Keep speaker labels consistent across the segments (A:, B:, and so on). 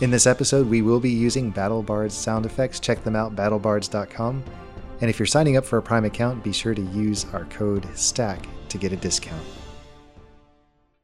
A: In this episode, we will be using BattleBards sound effects. Check them out, battlebards.com. And if you're signing up for a Prime account, be sure to use our code STACK to get a discount.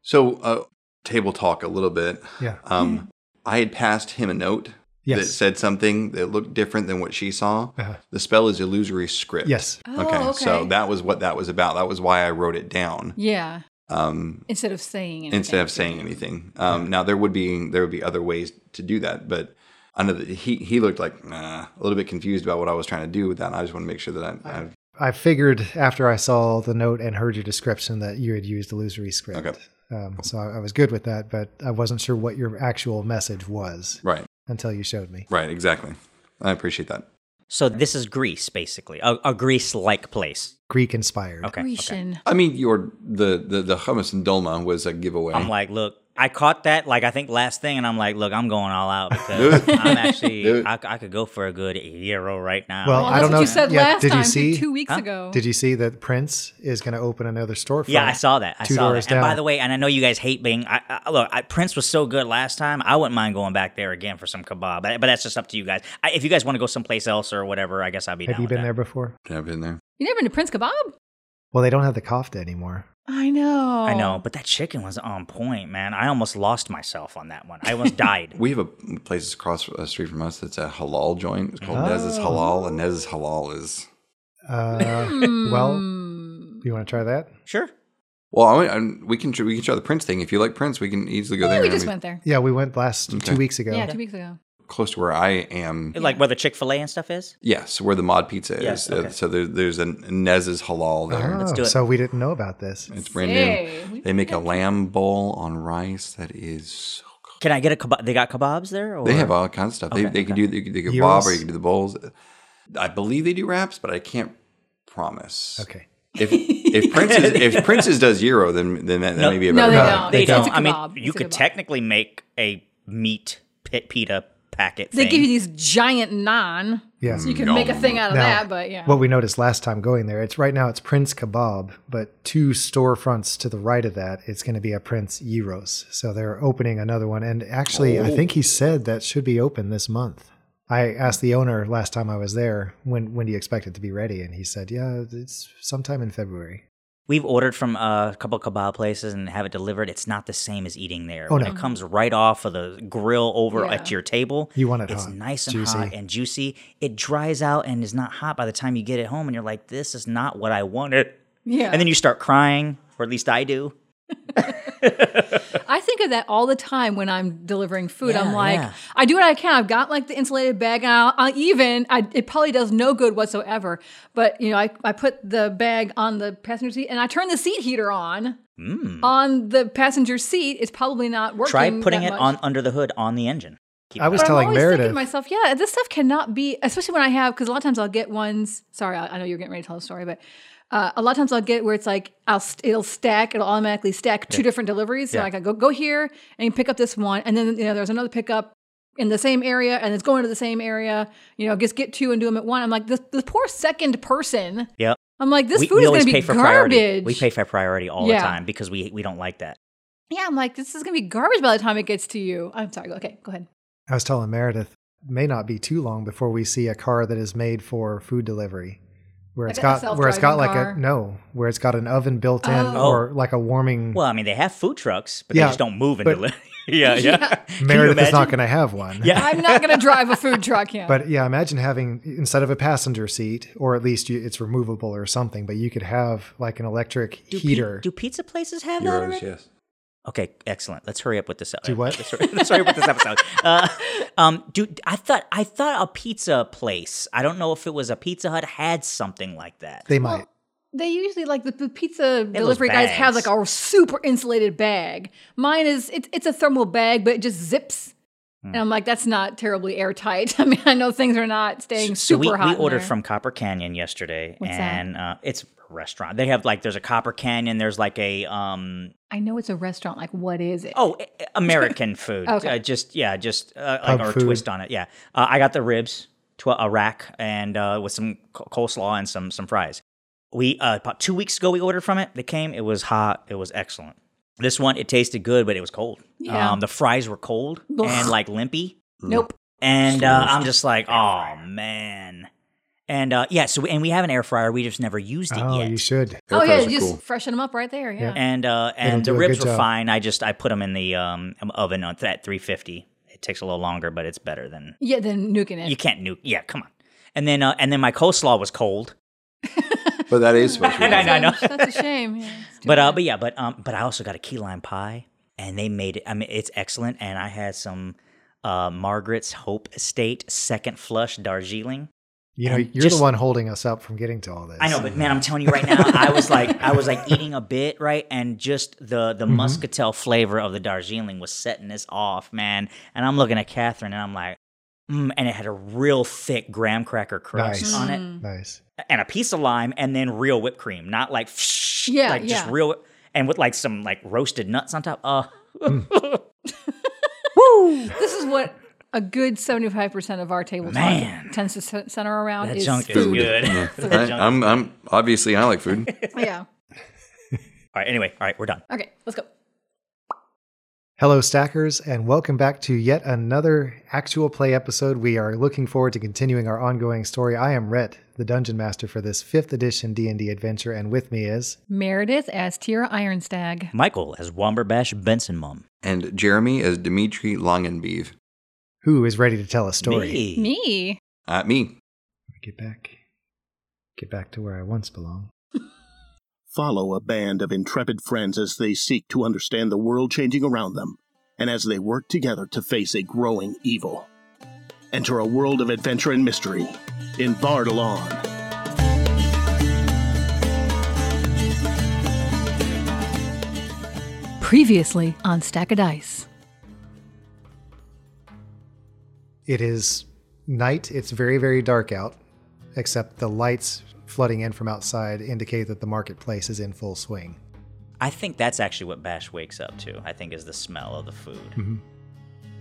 B: So, uh, table talk a little bit.
C: Yeah.
B: Um, I had passed him a note that
C: Hmm. Yes.
B: said something that looked different than what she saw.
C: Uh-huh.
B: The spell is illusory script.
C: Yes.
B: Okay. So that was what that was about. That was why I wrote it down
D: Yeah.
B: um,
D: Instead of saying anything.
B: instead of saying anything. Um, Now there would be there would be other ways to do that, but I know that he he looked like nah, a little bit confused about what I was trying to do with that. And I just want to make sure that I, I
C: I figured after I saw the note and heard your description that you had used illusory script.
B: Okay.
C: Um, so I, I was good with that, but I wasn't sure what your actual message was
B: right
C: until you showed me.
B: right exactly. I appreciate that.
E: So this is Greece, basically, a, a Greece-like place.
C: Greek inspired.
E: Okay. okay.
D: Grecian.
B: I mean, your the the, the hummus and dolma was a giveaway.
E: I'm like, look, I caught that, like, I think last thing, and I'm like, look, I'm going all out because I'm
B: Do
E: actually,
B: it.
E: I, I could go for a good euro right now.
C: Well,
D: Well,
C: I
D: that's
C: don't
D: what
C: know.
D: you said
C: yeah,
D: last
C: did you
D: time,
C: see?
D: two weeks
E: Huh?
D: ago.
C: Did you see that Prince is going to open another storefront?
E: Yeah, I saw that. I
C: two
E: saw
C: doors
E: that. And by
C: down.
E: the way, and I know you guys hate being. I, I, look, I, Prince was so good last time. I wouldn't mind going back there again for some kebab. But, but that's just up to you guys. I, if you guys want to go someplace else or whatever, I guess I'd be.
C: Have
E: down
C: you
E: with
C: been
E: that.
C: there before?
B: I've been there.
D: You never been to Prince Kebab?
C: Well, they don't have the kofta anymore.
D: I know.
E: I know, but that chicken was on point, man. I almost lost myself on that one. I almost died.
B: We have a place that's across the street from us that's a halal joint. It's called
C: Oh.
B: Nez's Halal, and Nez's Halal is.
C: Uh,
D: Hmm.
C: well, you want to try that?
E: sure.
B: Well, I, I, we can tr- we can try the Prince thing. If you like Prince, we can easily go
D: Yeah,
B: there.
D: we
B: I
D: just
B: mean,
D: went there.
C: Yeah, we went last
B: Okay.
C: two weeks ago.
D: Yeah, two weeks ago.
B: close to where I am.
E: Like where the Chick Fil A and stuff is.
B: Yes, where the Mod Pizza is.
E: Yes,
B: Uh,
E: okay.
B: So there, there's a Nez's Halal there.
C: Oh,
E: Let's do it.
C: So we didn't know about this.
B: Ah. It's brand
D: Hey,
B: new.
D: we-
B: They make a lamb bowl on rice that is so good.
E: Can I get a kebab? They got kebabs there. Or?
B: They have all kinds of stuff. they
E: Okay,
B: they can do they can do kebab
C: Gyros?
B: or you can do the bowls. I believe they do wraps, but I can't promise.
C: Okay.
B: If if Prince's if Prince's does gyro, then then that, that
E: No.
B: may be a
D: No,
B: better.
D: they
B: bet.
D: don't.
E: They
D: It's
E: don't.
D: a
E: I mean,
D: kebab.
E: you
D: It's a
E: could
D: kebab.
E: technically make a meat pit pita packet.
D: They
E: thing.
D: give you these giant naan.
B: Hmm.
C: Yeah.
D: So you can make a thing out of
C: Now,
D: that, but yeah.
C: What we noticed last time going there, it's right now it's Prince Kebab, but two storefronts to the right of that, it's going to be a Prince Euros. So they're opening another one, and actually, I think he said that should be open this month. I asked the owner last time I was there when when do you expect it to be ready, and he said, yeah, it's sometime in February.
E: We've ordered from a couple kebab places and have it delivered. It's not the same as eating there.
C: Oh,
E: when
C: no.
E: it comes right off of the grill over
D: Yeah.
E: at your table.
C: You want it
E: it's
C: hot,
E: nice and
C: juicy.
E: hot and juicy. It dries out and is not hot by the time you get it home, and you're like, "This is not what I wanted."
D: yeah.
E: And then you start crying, or at least I do.
D: I think of that all the time when I'm delivering food. I'm
E: Yeah,
D: like,
E: yeah.
D: I do what I can. I've got like the insulated bag, and I'll, i even I, it probably does no good whatsoever. But you know, I, I put the bag on the passenger seat, and I turn the seat heater on on the passenger seat. It's probably not working.
E: Hmm. Try putting
D: that
E: it
D: much.
E: on under the hood on the engine. Keep
C: I
E: it
C: was
D: But I'm
C: telling
D: always
C: Meredith.
D: thinking to myself, yeah, this stuff cannot be, especially when I have, because a lot of times I'll get ones. Sorry, I, I know you're getting ready to tell the story, but uh, a lot of times I'll get where it's like I'll st- it'll stack, it'll automatically stack two different deliveries. So
E: Yeah.
D: like I go go here and pick up this one, and then you know there's another pickup in the same area, and it's going to the same area. You know, just get two and do them at one. I'm like this, this poor second person.
E: Yep.
D: I'm like this
E: we,
D: food
E: we
D: is
E: always
D: going to
E: pay
D: be
E: for
D: garbage.
E: priority. We pay for priority all
D: Yeah.
E: the time because we we don't like that.
D: yeah, I'm like this is going to be garbage by the time it gets to you. I'm sorry. Okay, go ahead.
C: I was telling Meredith, may not be too long before we see a car that is made for food delivery, where it's
D: Like a
C: got where it's got like
D: self-driving
C: a
D: car?
C: no, where it's got an oven built in
D: Oh.
C: or like a warming.
E: Well, I mean, they have food trucks, but
C: Yeah,
E: they just don't move and
C: but-
E: deliver. yeah, yeah.
D: Yeah.
E: Can you
C: Meredith is not
E: imagine?
C: going to have one.
E: Yeah.
D: I'm not going to drive a food truck. Yeah.
C: But yeah, imagine having instead of a passenger seat, or at least you, it's removable or something. But you could have like an electric
E: Do pi-
C: heater.
E: do pizza places have that
B: Euros,
E: already?
B: yes.
E: Okay, excellent. Let's hurry up with this.
C: Do what?
E: Let's hurry, let's hurry up with this episode. Uh, um, dude, I thought I thought a pizza place. I don't know if it was a Pizza Hut had something like that.
C: they might.
D: They usually like the, the pizza
E: those
D: delivery guys have
E: bags.
D: like a super insulated bag. Mine is it's it's a thermal bag, but it just zips.
E: Hmm.
D: And I'm like, that's not terribly airtight. I mean, I know things are not staying
E: so
D: super
E: we,
D: hot.
E: we
D: in
E: ordered
D: there.
E: from Copper Canyon yesterday,
D: What's that?
E: and Uh, it's a restaurant. They have like there's a Copper Canyon. There's like a um
D: I know it's a restaurant. Like, what is it?
E: oh a- a- American food.
D: Okay.
E: Uh, just yeah, just uh, like
C: Pub
E: our
C: food.
E: twist on it. Yeah, uh, I got the ribs, tw- a rack, and uh, with some co- coleslaw and some some fries. We uh, about two weeks ago we ordered from it. They came. It was hot. It was excellent. This one it tasted good, but it was cold.
D: Yeah.
E: Um, the fries were cold
D: Ugh.
E: and like limpy.
B: Mm.
D: Nope.
E: And uh, I'm just like, oh man. And uh, yeah, so and we have an air fryer. We just never used it
C: Oh,
E: yet.
C: you should.
D: Oh yeah,
B: fryers are
D: you just
B: cool.
D: freshen them up right there. Yeah.
E: And uh, and
C: do
E: the
C: a
E: ribs
C: good
E: were
C: job.
E: fine. I just I put them in the um, oven at 350. It takes a little longer, but it's better than
D: Yeah, then nuking it.
E: you can't nuke. Yeah, come on. And then uh, and then my coleslaw was cold.
B: But that is supposed to be.
E: I
B: nice.
E: know, I know.
D: That's- That's a shame. Yeah, it's too
E: But uh,
D: bad.
E: but yeah, but um, but I also got a key lime pie, and they made it. I mean, it's excellent. And I had some uh, Margaret's Hope Estate second flush Darjeeling.
C: You know,
E: And
C: you're
E: just-
C: the one holding us up from getting to all this.
E: I know, but man, I'm telling you right now, I was like, I was like eating a bit, right, and just the the
C: Mm-hmm.
E: muscatel flavor of the Darjeeling was setting this off, man. And I'm looking at Catherine, and I'm like, mm, and it had a real thick graham cracker crust
C: Nice.
E: on it.
D: Mm.
C: nice.
E: and a piece of lime and then real whipped cream, not like psh,
D: Yeah,
E: like just
D: yeah.
E: real and with like some like roasted nuts on top. Uh
D: this is what a good seventy-five percent of our table
E: Man.
D: talk tends to cen- center around
E: that
D: is
E: junk is
D: food.
E: good.
B: I, I'm, I'm obviously I like food.
D: Yeah.
E: all right, anyway, all right, we're done.
D: Okay, let's go.
C: Hello, Stackers, and welcome back to yet another actual play episode. We are looking forward to continuing our ongoing story. I am Rhett, the Dungeon Master for this 5th edition D&D adventure, and with me is...
D: Meredith as Tira Ironstag.
E: Michael as Womberbash Benson Mum.
B: And Jeremy is Dimitri Longenbeef.
C: Who is ready to tell a story?
E: Me.
D: Me.
B: Uh, me.
C: Get back. Get back to where I once belonged.
F: Follow a band of intrepid friends as they seek to understand the world changing around them and as they work together to face a growing evil. Enter a world of adventure and mystery in Bardalon.
D: Previously on Stack of Dice.
C: It is night. It's very, very dark out, except the lights flooding in from outside indicate that the marketplace is in full swing.
E: I think that's actually what Bash wakes up to. I think is the smell of the food.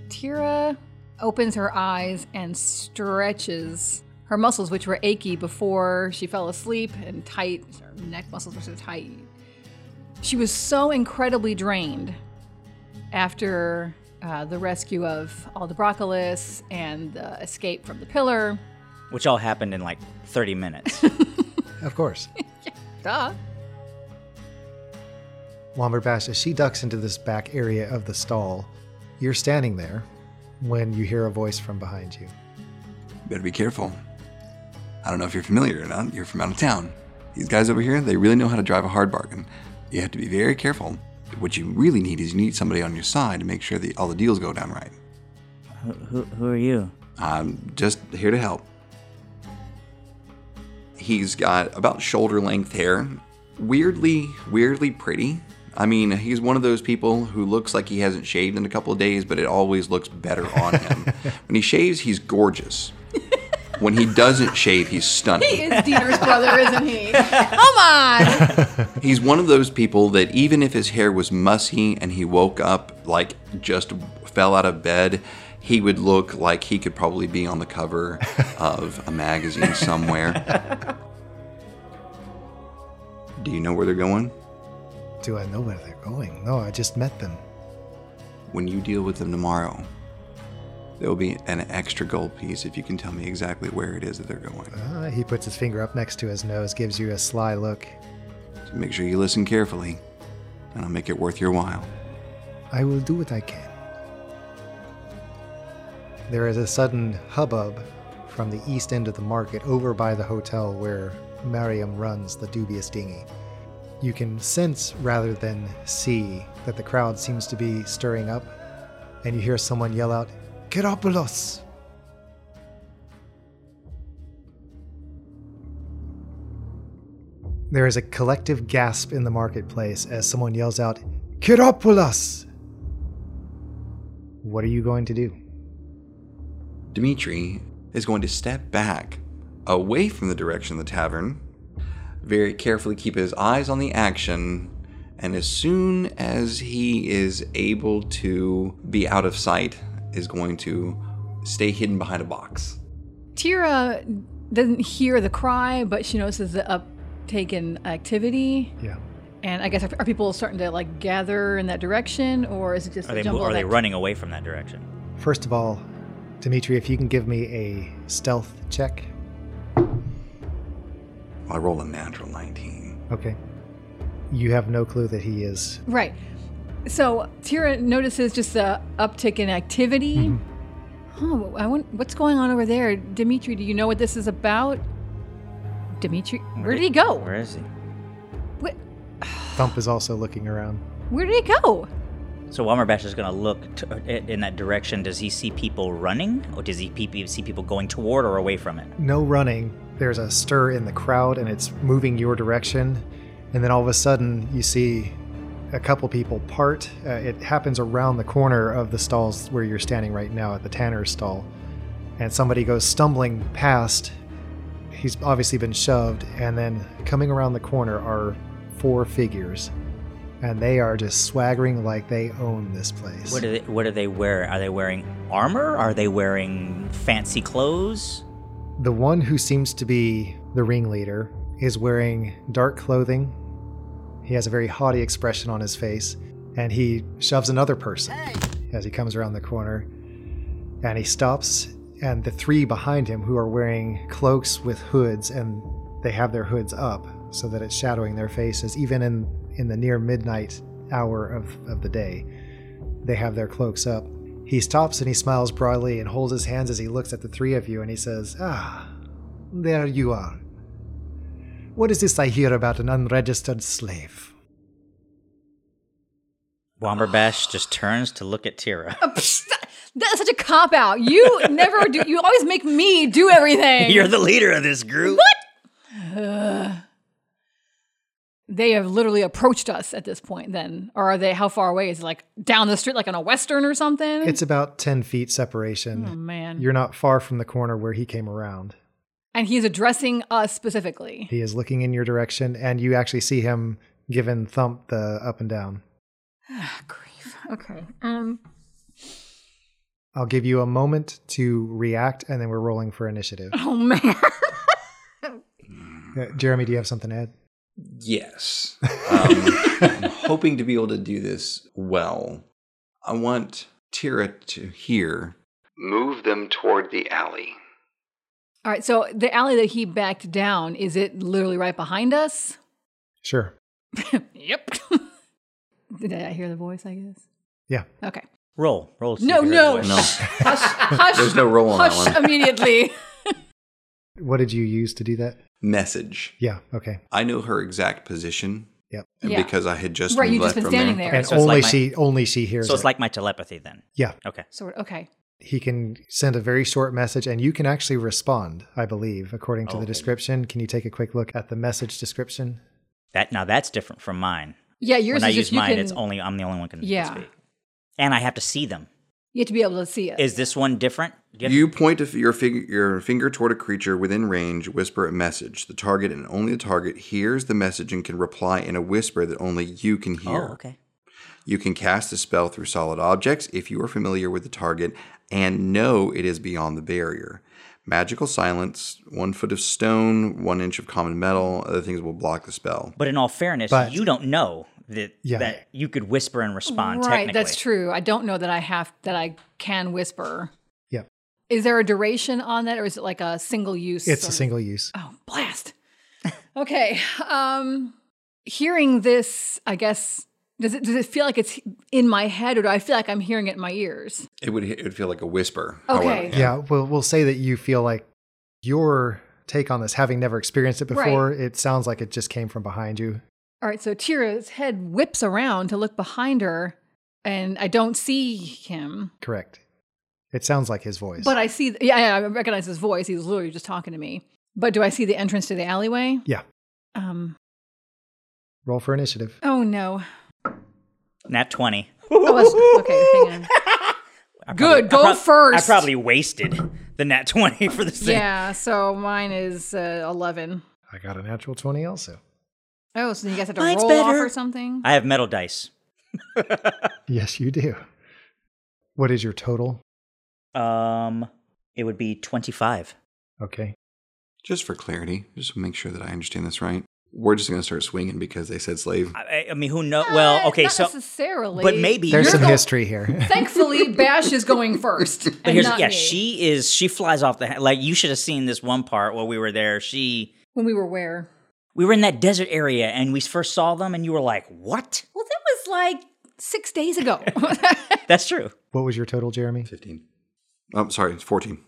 D: Tira opens her eyes and stretches her muscles, which were achy before she fell asleep and tight. Her neck muscles were so tight. She was so incredibly drained after uh, the rescue of Aldebrocolis and the escape from the pillar.
E: Which all happened in like 30 minutes.
C: Of course.
D: Duh.
C: Womber Bash, as she ducks into this back area of the stall, you're standing there when you hear a voice from behind you.
B: Better be careful. I don't know if you're familiar or not. You're from out of town. These guys over here, they really know how to drive a hard bargain. You have to be very careful. What you really need is you need somebody on your side to make sure that all the deals go down right.
E: who, who, who are you?
B: I'm just here to help. He's got about shoulder length hair. Weirdly, weirdly pretty. I mean, he's one of those people who looks like he hasn't shaved in a couple of days, but it always looks better on him. when he shaves, he's gorgeous. when he doesn't shave, he's stunning.
D: He is Dieter's brother, isn't he? Come on.
B: He's one of those people that even if his hair was mussy and he woke up like just fell out of bed, he would look like he could probably be on the cover of a magazine somewhere. Do you know where they're going?
C: Do I know where they're going? No, I just met them.
B: When you deal with them tomorrow, there will be an extra gold piece if you can tell me exactly where it is that they're going.
C: Ah, he puts his finger up next to his nose, gives you a sly look.
B: So make sure you listen carefully, and I'll make it worth your while.
C: I will do what I can. There is a sudden hubbub from the east end of the market over by the hotel where Mariam runs the dubious dinghy. You can sense rather than see that the crowd seems to be stirring up, and you hear someone yell out, Keropoulos! There is a collective gasp in the marketplace as someone yells out, Keropoulos! What are you going to do?
B: Dimitri is going to step back away from the direction of the tavern, very carefully keep his eyes on the action, and as soon as he is able to be out of sight, is going to stay hidden behind a box.
D: Tira doesn't hear the cry, but she notices the uptake in activity.
C: Yeah.
D: And I guess are, are people starting to like gather in that direction, or is it just
E: Are
D: a
E: they,
D: jumble
E: are
D: of
E: they
D: act-
E: running away from that direction?
C: First of all, Dimitri, if you can give me a stealth check.
B: I roll a natural 19.
C: Okay. You have no clue that he is.
D: Right. So Tira notices just the uptick in activity.
E: Mm-hmm.
D: Huh, I want, what's going on over there? Dimitri, do you know what this is about? Dimitri, where did he go?
E: Where is he?
D: Where,
C: Thump is also looking around.
D: where did he go?
E: So Walmerbash is going to look to, i- in that direction. Does he see people running, or does he pe- see people going toward or away from it?
C: No running. There's a stir in the crowd and it's moving your direction. And then all of a sudden, you see a couple people part. Uh, it happens around the corner of the stalls where you're standing right now at the Tanner's stall. And somebody goes stumbling past. He's obviously been shoved. And then coming around the corner are four figures. And they are just swaggering like they own this place.
E: What do they, what do they wear? Are they wearing armor? Are they wearing fancy clothes?
C: The one who seems to be the ringleader is wearing dark clothing. He has a very haughty expression on his face, and he shoves another person as he comes around the corner. And he stops, and the three behind him who are wearing cloaks with hoods, and they have their hoods up so that it's shadowing their faces, even in, in the near midnight hour of, of the day. They have their cloaks up. He stops and he smiles broadly and holds his hands as he looks at the three of you and he says, Ah, there you are. What is this I hear about an unregistered slave?
E: Womberbash just turns to look at Tira.
D: Uh, psh, that- That's such a cop out. You never do. You always make me do everything.
E: You're the leader of this group.
D: they have literally approached us at this point. Then, or are they? How far away is it? Like down the street, like on a western or something?
C: It's about 10 feet
D: oh
C: separation.
D: man.
C: You're not far from the corner where he came around.
D: and he's addressing us specifically.
C: He is looking in your direction, and you actually see him giving Thump the up and down.
D: Grief. Okay. Um.
C: I'll give you a moment to react, and then we're rolling for initiative.
D: Oh man.
C: Uh, Jeremy, do you have something to add?
B: Yes. Um, I'm hoping to be able to do this well. I want Tira to hear. Move them toward the alley.
D: All right. So the alley that he backed down is it literally right behind us?
C: Sure.
D: Yep. Did I hear the voice? I guess.
C: Yeah.
D: Okay.
E: Roll, roll.
D: No,
E: Secret
D: no.
E: Voice.
B: No.
D: Hush. hush
B: There's no roll on that
D: hush
B: one.
D: immediately.
C: What did you use to do that?
B: Message.
C: Yeah, okay.
B: I know her exact position
C: Yep.
B: and
D: Yeah.
B: because I had just
D: right. You've
B: left
D: just been
B: from
D: standing
B: there.
D: there.
C: And
E: so it's
C: only
E: like my-
C: she only she hears
E: So it's
C: it.
E: like my telepathy then.
C: Yeah.
E: Okay.
D: So we're- okay.
C: he can send a very short message and you can actually respond i believe according to the
E: Okay.
C: description can you take a quick look at the message description
E: That now that's different from mine.
D: Yeah, yours
E: when I
D: is
E: use
D: just you
E: mine,
D: can.
E: it's only I'm the only one can can
D: Yeah.
E: speak. And I have to see them.
D: you have to be able to see it.
E: Is this one different? Do you have-
B: You point a f- your, fig- your finger toward a creature within range, whisper a message. The target and only the target hears the message and can reply in a whisper that only you can
E: oh,
B: hear.
E: okay.
B: You can cast the spell through solid objects if you are familiar with the target and know it is beyond the barrier. Magical silence, one foot of stone, one inch of common metal, other things will block the spell.
E: But in all fairness,
C: But-
E: you don't know that
C: Yeah.
E: that you could whisper and respond.
D: right.
E: technically.
D: That's true. I don't know that I have that I can whisper.
C: Yep.
D: Is there a duration on that, or is it like a single use?
C: it's
D: or-
C: a single use
D: Oh, blast. okay. Um, hearing this, I guess. Does it, does it feel like it's in my head, or do I feel like I'm hearing it in my ears?
B: It would it would feel like a whisper.
D: Okay.
B: however,
C: yeah, we'll, we'll say that you feel like your take on this having never experienced it
D: Right.
C: before it sounds like it just came from behind you
D: All right, so Tira's head whips around to look behind her, and I don't see him.
C: correct it sounds like his voice
D: But I see, yeah, yeah, I recognize his voice. He's literally just talking to me. But do I see the entrance to the alleyway?
C: Yeah.
D: Um.
C: roll for initiative
D: Oh no.
E: Nat twenty.
D: I was- okay, hang on.
E: I
D: Good, go
E: I
D: first.
E: I probably wasted the nat twenty for this thing.
D: Yeah. So mine is uh, eleven.
C: i got a natural 20 also
D: Oh, so you guys have to
E: Mine's
D: roll off
E: better.
D: or something.
E: I have metal dice.
C: yes you do what is your total
E: Um, it would be twenty five.
C: okay
B: Just for clarity, just to make sure that I understand this right. we're just going to start swinging because they said slave.
E: I, I mean, who know? Well, okay,
D: Uh, not
E: so
D: necessarily,
E: but maybe
C: There's
D: You're
C: some
D: the-
C: history here.
D: Thankfully, Bash is going first.
E: But
D: and
E: here's
D: not
E: yeah,
D: me.
E: she is she flies off the ha- like you should have seen this one part where we were there. She
D: When we were where?
E: we were in that desert area and we first saw them and you were like, "What?"
D: Well, that was like six days ago.
E: That's true.
C: what was your total, Jeremy?
B: 15. Oh, sorry, it's 14.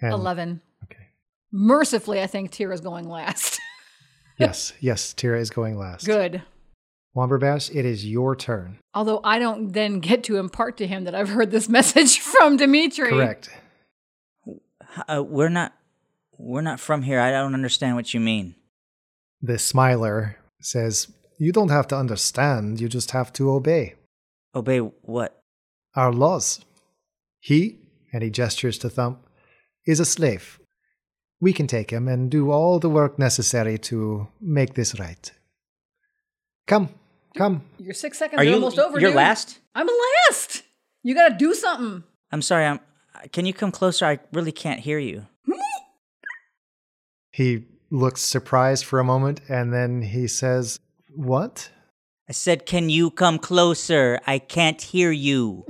C: And-
D: 11.
C: Okay.
D: Mercifully, I think Tira's going last.
C: Yes, yes. Tira is going last.
D: Good.
C: Womberbash, it is your turn.
D: Although I don't then get to impart to him that I've heard this message from Dimitri.
C: Correct.
E: Uh, we're not we're not from here. I don't understand what you mean.
C: The smiler says, "You don't have to understand. You just have to obey
E: Obey what?
C: our laws." He, and he gestures to Thump, is a slave. We can take him and do all the work necessary to make this right. Come, come.
D: Your six seconds are,
E: you
D: almost over.
E: You're
D: dude.
E: last.
D: I'm last. You got to do something.
E: I'm sorry. I'm. Can you come closer? I really can't hear you.
C: He looks surprised for a moment and then he says, What?
E: I said, "Can you come closer? I can't hear you."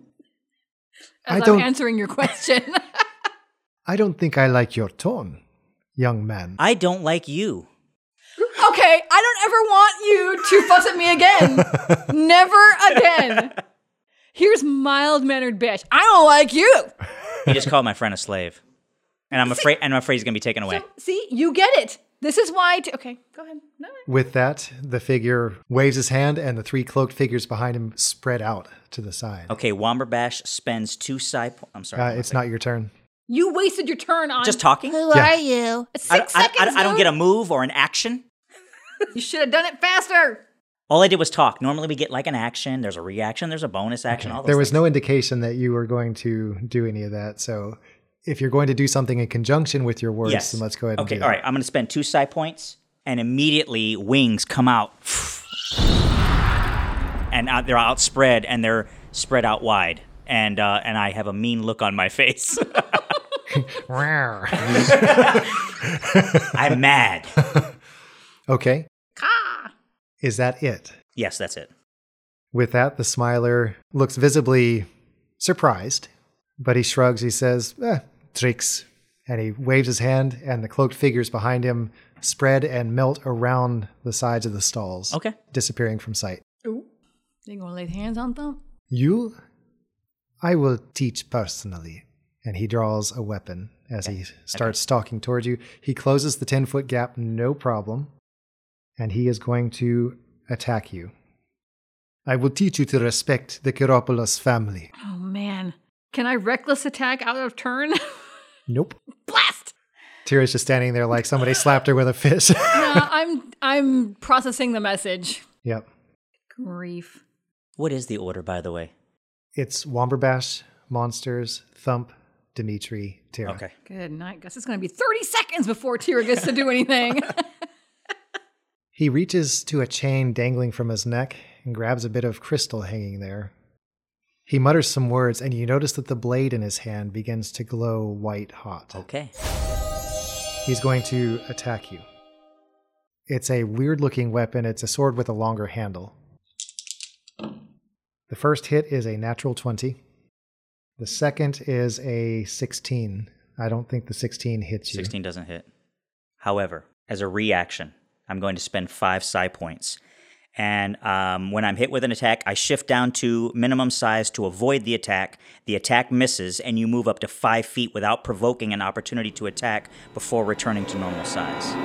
C: I
D: As am
C: don't-
D: answering your question.
C: I don't think I like your tone, young man.
E: I don't like you.
D: okay, I don't ever want you to fuss at me again. Never again. Here's mild mannered bitch. I don't like you.
E: You just called my friend a slave, and I'm afraid. And I'm afraid he's gonna be taken away.
D: See, you get it. This is why. T- okay, go ahead. No, no.
C: With that, the figure waves his hand and the three cloaked figures behind him spread out to the side.
E: Okay, Womberbash spends two psi. Po- I'm sorry.
C: Uh,
E: one
C: it's
E: second.
C: not your turn.
D: You wasted your turn on
E: just talking.
C: Yeah.
E: I,
D: Six
E: I- I-
D: seconds.
E: I don't
D: dude.
E: get a move or an action.
D: You should have done it faster.
E: All I did was talk. Normally, we get like an action. There's a reaction. There's a bonus action. All those
C: There was
E: things.
C: no indication that you were going to do any of that. So if you're going to do something in conjunction with your words,
E: Yes.
C: then let's go ahead and
E: Okay.
C: do
E: All right. I'm gonna spend two psi points, and immediately wings come out, and out, they're outspread and they're spread out wide, and uh, and I have a mean look on my face.
C: that.
E: I'm mad.
C: okay. Is that it?
E: Yes, that's it.
C: With that, the smiler looks visibly surprised, but he shrugs. He says, eh, tricks. And he waves his hand, and the cloaked figures behind him spread and melt around the sides of the stalls,
E: Okay.
C: disappearing from sight.
D: They gonna lay hands on them.
C: You, I will teach personally. And he draws a weapon as he starts stalking towards you. He closes the 10 foot gap, no problem. And he is going to attack you. I will teach you to respect the Chiropoulos family.
D: Oh man, can I reckless attack out of turn?
C: Nope.
D: Blast!
C: Tira's just standing there like somebody slapped her with a fist.
D: Uh, I'm I'm processing the message.
C: yep.
D: Grief.
E: What is the order, by the way?
C: It's Womberbash, Monsters, Thump, Dimitri, Tira.
E: Okay.
D: Good night, Gus. It's gonna be 30 seconds before Tira gets to do anything.
C: He reaches to a chain dangling from his neck and grabs a bit of crystal hanging there. He mutters some words, and you notice that the blade in his hand begins to glow white hot.
E: Okay.
C: He's going to attack you. It's a weird looking weapon, it's a sword with a longer handle. The first hit is a natural 20. The second is a 16. I don't think the 16 hits you.
E: 16 doesn't hit. However, as a reaction, I'm going to spend five psi points. And um, when I'm hit with an attack, I shift down to minimum size to avoid the attack. The attack misses, and you move up to five feet without provoking an opportunity to attack before returning to normal size.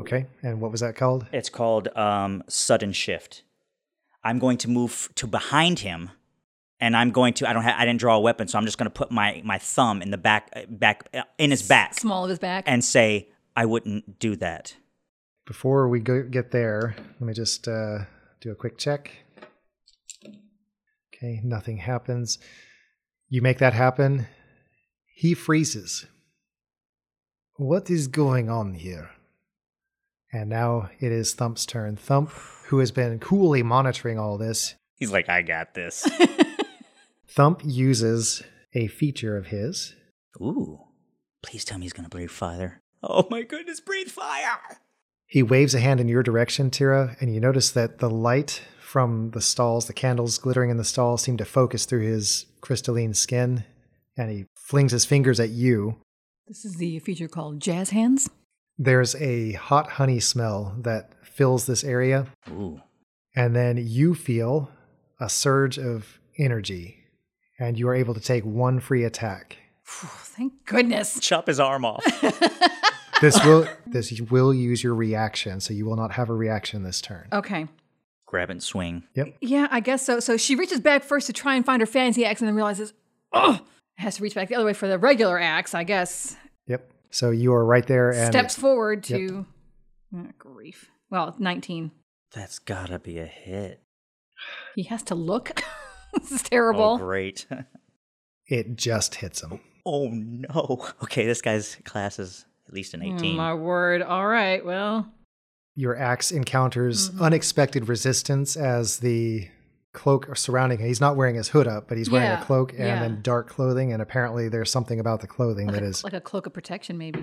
C: Okay, and what was that called?
E: It's called um, sudden shift. I'm going to move to behind him, and I'm going to. I don't. Ha- I didn't draw a weapon, so I'm just going to put my my thumb in the back uh, back in his back.
D: Small of his back.
E: and say, I wouldn't do that.
C: Before we go, get there, let me just uh, do a quick check. Okay, nothing happens. You make that happen. He freezes. What is going on here? And now it is Thump's turn. Thump, who has been coolly monitoring all this,
E: He's like, I got this.
C: Thump uses a feature of his.
E: Ooh. Please tell me he's going to breathe fire. Oh my goodness, breathe fire.
C: He waves a hand in your direction, Tira, and you notice that the light from the stalls, the candles glittering in the stalls, seem to focus through his crystalline skin. And he flings his fingers at you.
D: This is the feature called Jazz Hands.
C: There's a hot honey smell that fills this area.
E: Ooh.
C: And then you feel a surge of energy, and you are able to take one free attack.
D: Phew, thank goodness.
E: Chop his arm off.
C: This will this will use your reaction, so you will not have a reaction this turn.
D: Okay.
E: Grab and swing.
D: Yeah, I guess so. So she reaches back first to try and find her fancy axe and then realizes, oh, has to reach back the other way for the regular axe, I guess.
C: Yep. So you are right there and
D: Steps forward to. Ah, grief. Well, 19.
E: That's gotta be a hit.
D: He has to look. this is
E: Oh,
D: terrible.
E: great.
C: it just hits him.
E: oh no. Hmm, Okay, this guy's class is at least an
D: Oh,
E: 18.
D: my word. All right. Well,
C: Your axe encounters
D: Mm-hmm.
C: unexpected resistance as the cloak surrounding him. He's not wearing his hood up, but he's wearing
D: Yeah,
C: a cloak and
D: yeah.
C: then dark clothing, and apparently there's something about the clothing
D: like
C: that
D: a,
C: is
D: like a cloak of protection, maybe.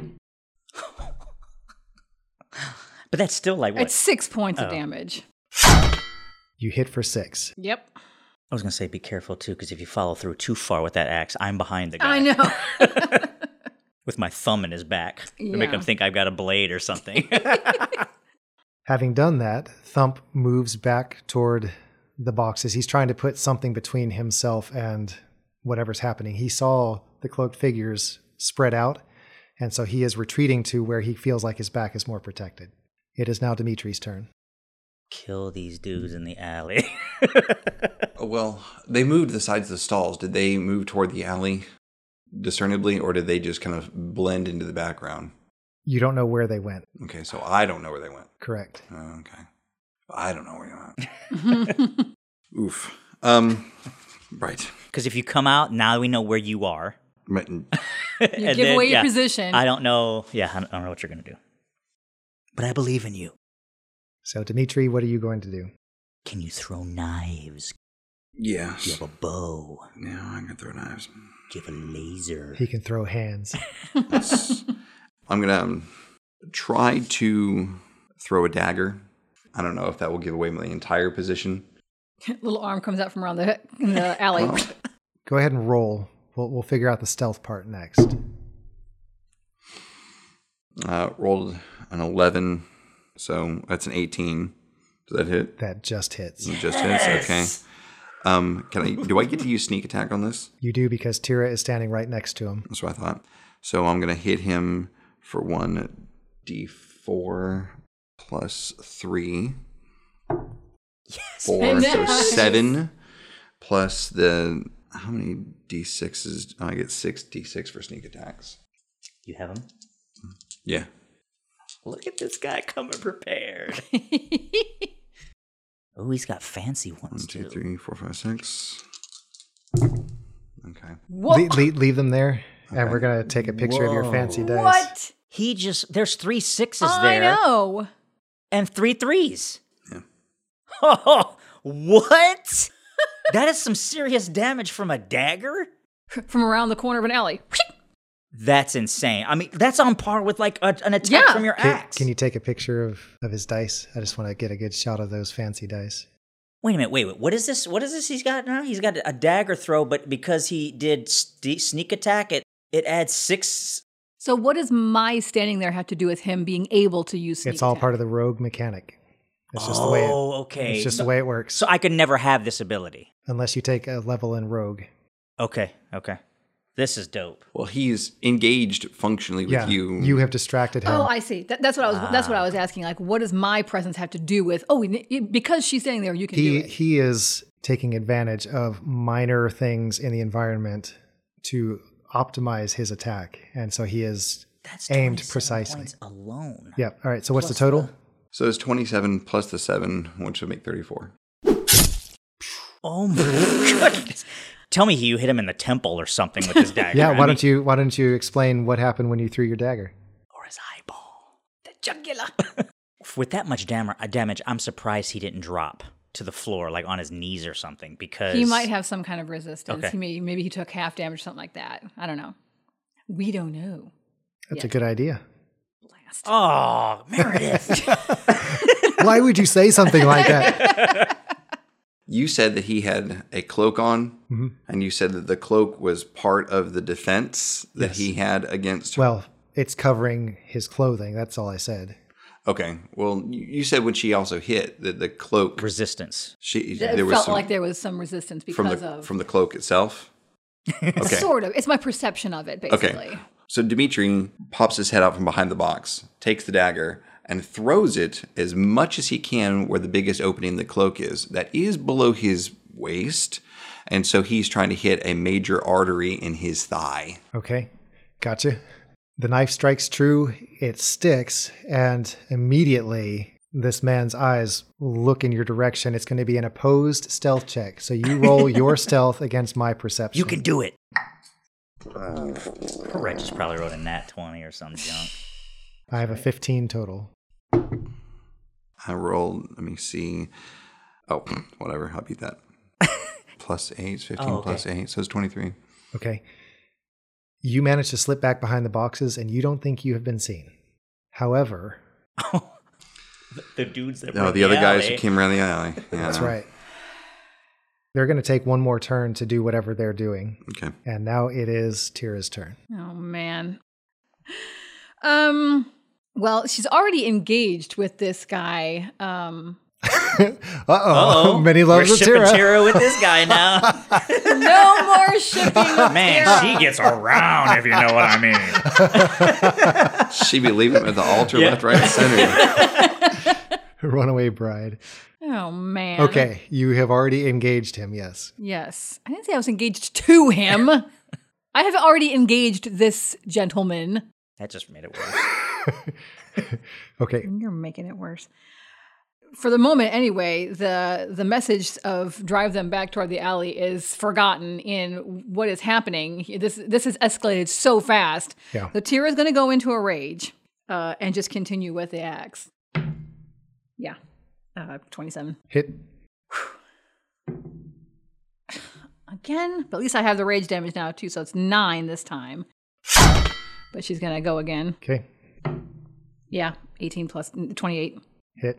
E: but that's still like what?
D: It's six points
E: Oh.
D: of damage.
C: you hit for six.
D: Yep.
E: I was gonna say be careful too, because if you follow through too far with that axe, I'm behind the guy.
D: I know.
E: With my thumb in his back. To make
D: Yeah.
E: him think I've got a blade or something.
C: Having done that, Thump moves back toward the boxes. He's trying to put something between himself and whatever's happening. He saw the cloaked figures spread out, and so he is retreating to where he feels like his back is more protected. It is now Dimitri's turn.
E: Kill these
D: Mm-hmm.
E: dudes in the alley.
B: Oh, Well, they moved to the sides of the stalls. Did they move toward the alley discernibly, or did they just kind of blend into the background?
C: You don't know where they went,
B: Okay, so I don't know where they went.
C: correct?
B: Oh, Okay. I don't know where they went. Oof. Um, right.
E: Because if you come out, now we know where you are.
B: Right.
D: You give away your position.
E: I don't know. Yeah, I don't, I don't know what you're going to do. But I believe in you.
C: So, Dimitri, what are you going to do?
E: Can you throw knives? Do you
B: Yes.
E: have a bow?
B: Now I can throw knives.
E: Do you have a laser?
C: He can throw hands.
B: That's- I'm gonna um, try to throw a dagger. I don't know if that will give away my entire position.
D: Little arm comes out from around the, in the alley.
E: Oh.
C: Go
B: Well,
C: ahead and roll. We'll, we'll figure out the stealth part next.
B: uh, rolled an 11, so that's an 18. Does that hit?
C: That just hits.
B: It just hits. Okay. Um, can I? Do I get to use sneak attack on this?
C: You do because Tira is standing right next to him.
B: That's what I thought. So I'm gonna hit him for one d4 plus three. Yes. Four. So seven plus the how many d6s? Oh, I get six d6 for sneak attacks.
E: You have them?
B: Yeah.
E: Look at this guy coming prepared. oh, he's got fancy ones,
B: One, two,
E: too.
B: three, four, five, six. Okay.
D: Whoa.
C: Le- le- leave them there, and we're gonna take a picture of your fancy dice.
D: what?
E: He just, there's three sixes
D: Oh, I
E: there
D: know.
E: and three threes.
B: Yeah.
E: Oh, what? that is some serious damage from a dagger?
D: From around the corner of an alley.
E: That's insane. I mean, that's on par with like a, an attack
D: Yeah.
E: from your
C: Can,
E: axe.
C: can you take a picture of, of his dice? I just want to get a good shot of those fancy dice.
E: Wait a minute, wait, wait. What is this? What is this he's got now? He's got a dagger throw, but because he did st- sneak attack, it it adds six.
D: So what does my standing there have to do with him being able to use sneak
C: it's all
D: attack?
C: part of the rogue mechanic. It's just the way. It,
E: Oh, okay.
C: It's just
E: so,
C: the way it works.
E: so I could never have this ability.
C: unless you take a level in rogue.
E: Okay, okay. This is dope.
B: Well, he's engaged functionally with
C: yeah,
B: you.
C: have distracted him.
D: Oh, I see. That, that's what I was. That's what I
E: Ah.
D: was asking. Like, what does my presence have to do with? Oh, we- it- because she's standing there, you can do
C: he
D: it.
C: he is taking advantage of minor things in the environment to optimize his attack, and so he is
E: That's
C: aimed
E: 27
C: precisely.
E: points alone.
C: Yep. All right. So what's the total?
B: so it's 27 plus the seven, which would make 34.
E: Oh my goodness! Tell me you hit him in the temple or something with this dagger.
C: yeah.
E: I
C: Why
E: mean-
C: don't you Why don't you explain what happened when you threw your dagger?
E: or his eyeball. The jugular. With that much damage, damage, I'm surprised he didn't drop to the floor, like on his knees or something. Because
D: He might have some kind of resistance.
E: Okay.
D: He may, maybe he took half damage, something like that. I don't know. We don't know.
C: That's a
D: Yeah.
C: good idea.
D: fast.
E: Oh, Meredith.
C: Why would you say something like that?
B: You said that he had a cloak on, and you said that the cloak was part of the defense that he had against her.
C: Well, it's covering his clothing. That's all I said.
B: Okay. Well, you you said when she also hit that the cloak
E: Resistance.
B: she
D: it
B: there was
D: felt
B: some,
D: like there was some resistance
B: from
D: because
B: the
D: of
B: from the cloak itself. Okay.
D: sort of. It's my perception of it, basically.
B: So Dimitri pops his head out from behind the box, takes the dagger, and throws it as much as he can where the biggest opening in the cloak is. That is below his waist. And so he's trying to hit a major artery in his thigh.
C: Okay, gotcha. The knife strikes true, it sticks, and immediately this man's eyes look in your direction. It's going to be an opposed stealth check. So you roll your stealth against my perception.
E: You can do it. Correct. Just probably wrote a nat 20 or some junk.
C: I have a 15 total.
B: I rolled, let me see. Oh, whatever. I'll beat that. plus eight, it's 15
E: Oh, okay.
B: plus eight. So it's 23.
C: Okay. You manage to slip back behind the boxes and you don't think you have been seen. However,
E: The dudes that
B: No, Oh, the other guys who came around the alley. Yeah,
C: that's
E: Uh-huh.
C: right. They're going to take one more turn to do whatever they're doing.
B: Okay.
C: And now it is Tira's turn.
D: Oh man. Um. Well, she's already engaged with this guy. Um.
C: Uh-oh. Many loves
E: We're
C: of Tira.
E: shipping Tira with this guy now.
D: No more shipping. of
E: Man,
D: Tara.
E: she gets around if you know what I mean.
B: She be leaving at the altar left, right, and center.
C: Runaway bride.
D: Oh man.
C: Okay, you have already engaged him, yes.
D: Yes. I didn't say I was engaged to him. I have already engaged this gentleman.
E: That just made it worse.
C: Okay,
D: You're making it worse. For the moment, anyway, the the message of drive them back toward the alley is forgotten in what is happening. This this has escalated so fast.
C: Yeah.
D: The Tira is going to go into a rage uh, and just continue with the axe. Yeah, uh, twenty seven
C: hit.
D: again. But at least I have the rage damage now too, so it's nine this time. But she's going to go again.
C: Okay,
D: Yeah, 18 plus 28.
C: hit.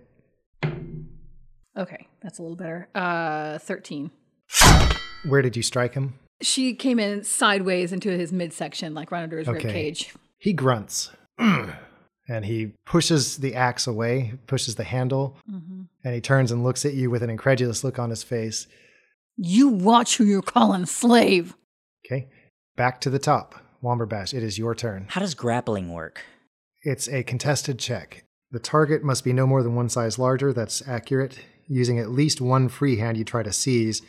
D: Okay, that's a little better. Uh 13.
C: Where did you strike him?
D: She came in sideways into his midsection, like right under his rib
C: Okay.
D: cage.
C: He grunts. "Mm," and he pushes the axe away, pushes the handle,
D: Mm-hmm.
C: and he turns and looks at you with an incredulous look on his face.
D: You watch who you're calling slave.
C: Okay, back to the top. Womberbash, it is your turn.
E: How does grappling work?
C: It's a contested check. The target must be no more than one size larger. That's accurate. Using at least one free hand you try to seize,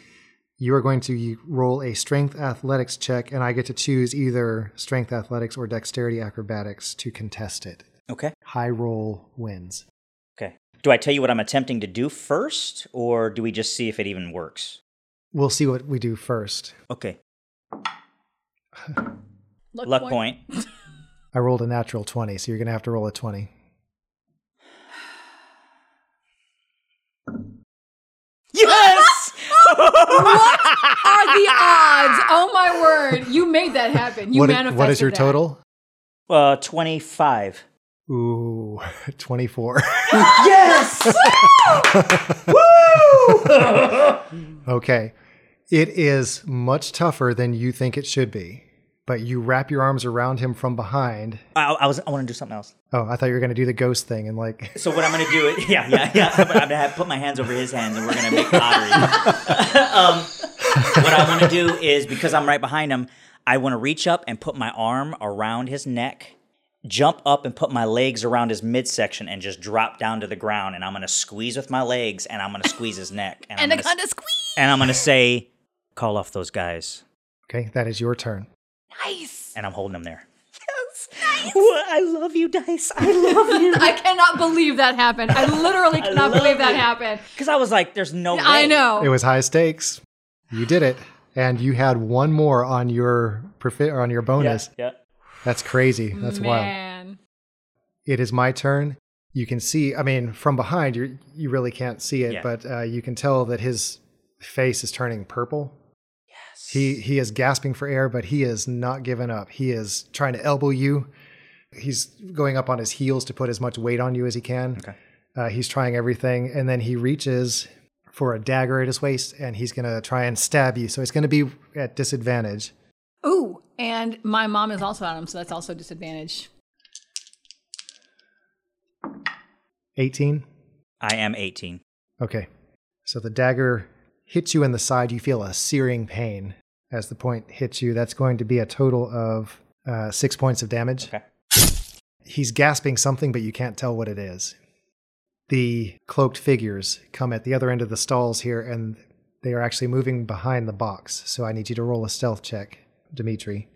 C: you are going to roll a strength athletics check, and I get to choose either strength athletics or dexterity acrobatics to contest it.
E: Okay.
C: High roll wins.
E: Okay. Do I tell you what I'm attempting to do first, or do we just see if it even works?
C: We'll see what we do first.
E: Okay. Luck point.
C: I rolled a natural 20, so you're going to have to roll a 20.
E: Yes!
D: Are the odds? Oh my word. You made that happen. You
C: What i-
D: manifested
C: what is your
D: that.
C: total?
E: Uh, 25.
C: Ooh, 24.
E: Yes!
C: Okay. It is much tougher than you think it should be, but you wrap your arms around him from behind.
E: I, I was. I want to do something else.
C: Oh, I thought you were going to do the ghost thing and like,
E: So what I'm gonna do is, yeah, yeah, yeah. I'm gonna, I'm gonna have, put my hands over his hands, and we're gonna make pottery. um, what I want to do is because I'm right behind him, I want to reach up and put my arm around his neck, jump up and put my legs around his midsection, and just drop down to the ground. And I'm gonna squeeze with my legs, and I'm gonna squeeze his neck, and,
D: And
E: I'm,
D: a
E: gonna, s-
D: kind of squeeze.
E: and I'm gonna say, "Call off those guys,"
C: okay, that is your turn.
D: Nice.
E: and I'm holding him there.
D: Yes, nice.
E: Wha- I love you, Dice. I love you.
D: I cannot believe that happened. I literally cannot
E: love
D: believe that
E: it.
D: happened.
E: Because I was like, "There's no."
D: I
E: way.
D: know.
C: It was high stakes. You did it. And you had one more on your profi- or on your
E: Yeah,
C: bonus.
E: yeah.
C: That's crazy. That's wild.
D: Man.
C: It is my turn. You can see, I mean, from behind, you you really can't see it,
E: Yeah.
C: but uh, you can tell that his face is turning purple. He he is gasping for air, but he is not giving up. He is trying to elbow you, He's going up on his heels to put as much weight on you as he can. Okay. Uh, he's trying everything, and then he reaches for a dagger at his waist, and he's going to try and stab you. So it's going to be at disadvantage.
D: Ooh, and my mom is also on him, so that's also a disadvantage.
C: 18.
E: I am 18.
C: Okay. So the dagger hits you in the side. You feel a searing pain as the point hits you. That's going to be a total of uh, six points of damage.
E: Okay.
C: He's gasping something, but you can't tell what it is. The cloaked figures come at the other end of the stalls here, and they are actually moving behind the box. So I need you to roll a stealth check, Dimitri.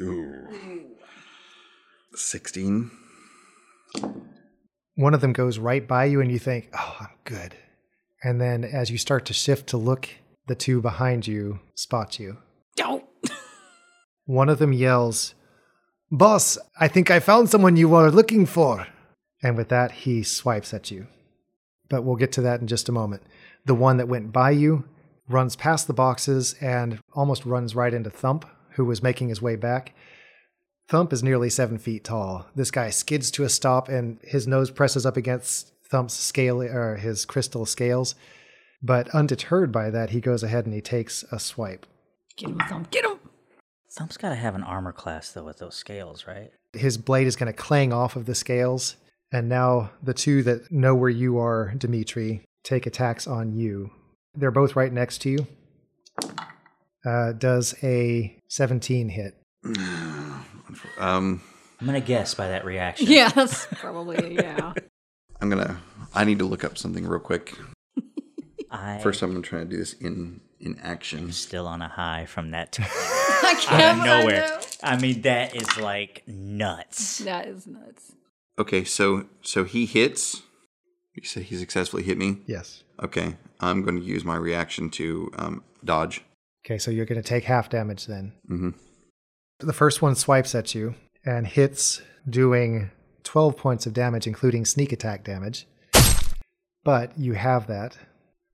B: Ooh. 16.
C: One of them goes right by you, and you think, oh, I'm good. And then as you start to shift to look, the two behind you spot you.
D: Don't.
C: One of them yells, Boss, I think I found someone you were looking for. And with that, he swipes at you. But we'll get to that in just a moment. The one that went by you runs past the boxes and almost runs right into Thump, who was making his way back. Thump is nearly seven feet tall. This guy skids to a stop and his nose presses up against Thump's scale or his crystal scales. But undeterred by that, he goes ahead and he takes a swipe.
D: Get him, Thump. Get him.
E: Thump's got to have an armor class though with those scales, right?
C: His blade is going to clang off of the scales. And now the two that know where you are, Dimitri, take attacks on you. They're both right next to you. Uh, does a 17 hit?
B: Um,
E: I'm gonna guess by that reaction.
D: Yeah, that's probably, yeah.
B: I'm gonna. I need to look up something real quick.
E: I
B: First, I'm gonna try to do this in in action.
E: still on a high from that t-
D: I
E: out
D: can't
E: of
D: I
E: nowhere.
D: know.
E: I mean, that is like nuts.
D: That is nuts.
B: Okay, so so he hits. You said he successfully hit me.
C: Yes.
B: Okay, I'm going to use my reaction to um, dodge.
C: Okay, so you're going to take half damage then.
B: hmm
C: The first one swipes at you and hits, doing 12 points of damage, including sneak attack damage. But you have that,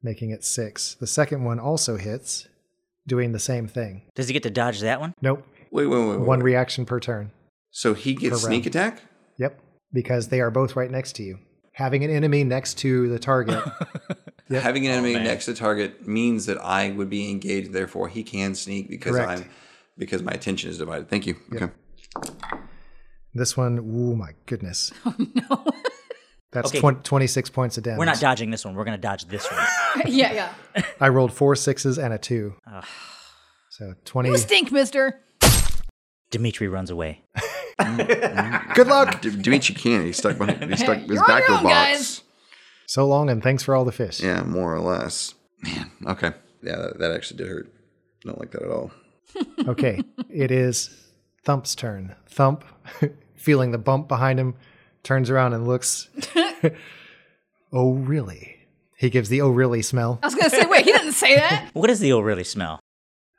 C: making it six. The second one also hits, doing the same thing.
E: Does he get to dodge that one?
C: Nope,
B: Wait, wait, wait, wait.
C: one
B: wait.
C: reaction per turn.
B: so he gets
C: per
B: sneak
C: round.
B: attack.
C: Yep, because they are both right next to you. Having an enemy next to the target,
B: Having an enemy
E: man.
B: next to target means that I would be engaged. Therefore, he can sneak because
C: Correct.
B: I'm because my attention is divided. Thank you. Okay.
C: this one, oh my goodness.
D: No.
C: That's
E: Okay.
C: twen- 26 points of damage.
E: We're not dodging this one. We're gonna dodge this one.
D: yeah, yeah.
C: I rolled four sixes and a two. So 20.
D: You stink, mister.
E: Dimitri runs away.
C: Good luck.
B: D- Dimitri can't. He's stuck behind. He's stuck. his
D: You're on
B: back
D: your
B: to the
D: own,
B: box.
D: guys.
C: So long and thanks for all the fish.
B: Yeah, more or less. Man. Okay. Yeah, that, that actually did hurt. Don't like that at all.
C: Okay, it is Thump's turn. Thump, feeling the bump behind him, turns around and looks. oh, really? He gives the oh, really smell.
D: I was going to say, wait, he didn't say that.
E: What does the old really smell?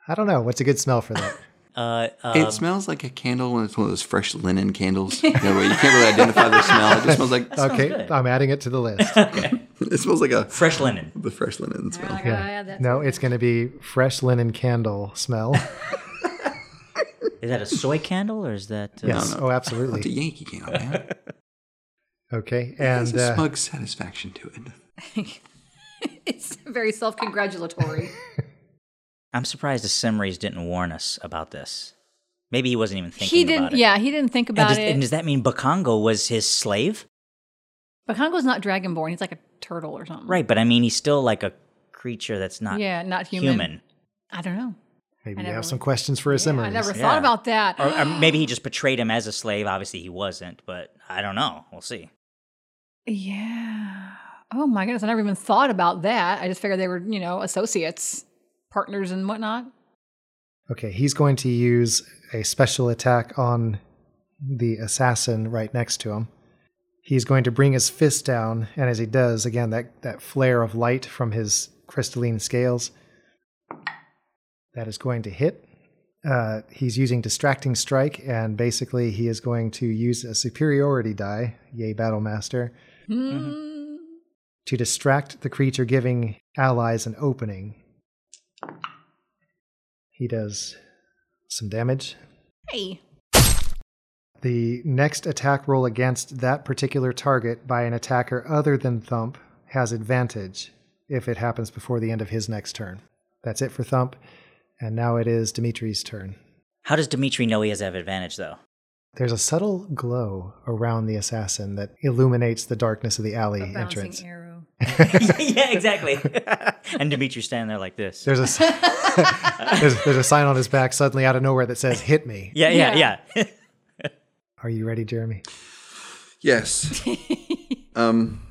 C: I don't know. What's a good smell for that?
E: Uh, uh,
C: Um,
B: It smells like a candle when it's one of those fresh linen candles. That way you can't really identify the smell. It just smells like
C: okay,
E: good.
C: I'm adding it to the list.
B: it smells like a
E: fresh linen.
B: the fresh linen
D: I
B: smell.
D: gotta add that.
C: No, it's going to be fresh linen candle smell.
E: Is that a soy candle or is that? Uh,
C: Yes. Oh,
B: It's a
C: absolutely.
B: Yankee candle, man.
C: Okay,
B: There's
C: and
B: a
C: uh,
B: smug satisfaction to it.
D: It's very self congratulatory.
E: I'm surprised the Simries didn't warn us about this. Maybe he wasn't even thinking
D: he didn't,
E: about it.
D: yeah, he didn't think
E: And
D: about
E: does,
D: it.
E: and does that mean Bakongo was his slave?
D: but Kongo's not dragonborn. He's like a turtle or something.
E: Right, but I mean, he's still like a creature that's not
D: Yeah, not human.
E: human.
D: I don't know.
C: maybe
D: I
C: you
D: never
C: have some
D: really-
C: questions for a
D: Yeah, I never
E: Yeah.
D: thought about that.
E: Or, or maybe he just portrayed him as a slave. Obviously, he wasn't, but I don't know. We'll see.
D: Yeah. Oh my goodness. I never even thought about that. I just figured they were, you know, associates, partners, and whatnot.
C: Okay, he's going to use a special attack on the assassin right next to him. He's going to bring his fist down, and as he does, again, that, that flare of light from his crystalline scales. That is going to hit. Uh, he's using Distracting Strike, and basically, he is going to use a superiority die, yay, Battle Master,
E: Mm-hmm.
D: Hmm.
C: to distract the creature, giving allies an opening. He does some damage.
D: Hey.
C: The next attack roll against that particular target by an attacker other than Thump has advantage if it happens before the end of his next turn. That's it for Thump. And now it is Dimitri's turn.
E: How does Dimitri know he has to have advantage, though?
C: There's a subtle glow around the assassin that illuminates the darkness of the alley
D: A bouncing
C: entrance.
D: arrow.
E: yeah, exactly. and Dimitri's standing there like this.
C: There's a s- there's, there's a sign on his back suddenly out of nowhere that says "Hit me."
E: Yeah, yeah, yeah.
D: Yeah.
C: Are you ready, Jeremy?
B: Yes. um.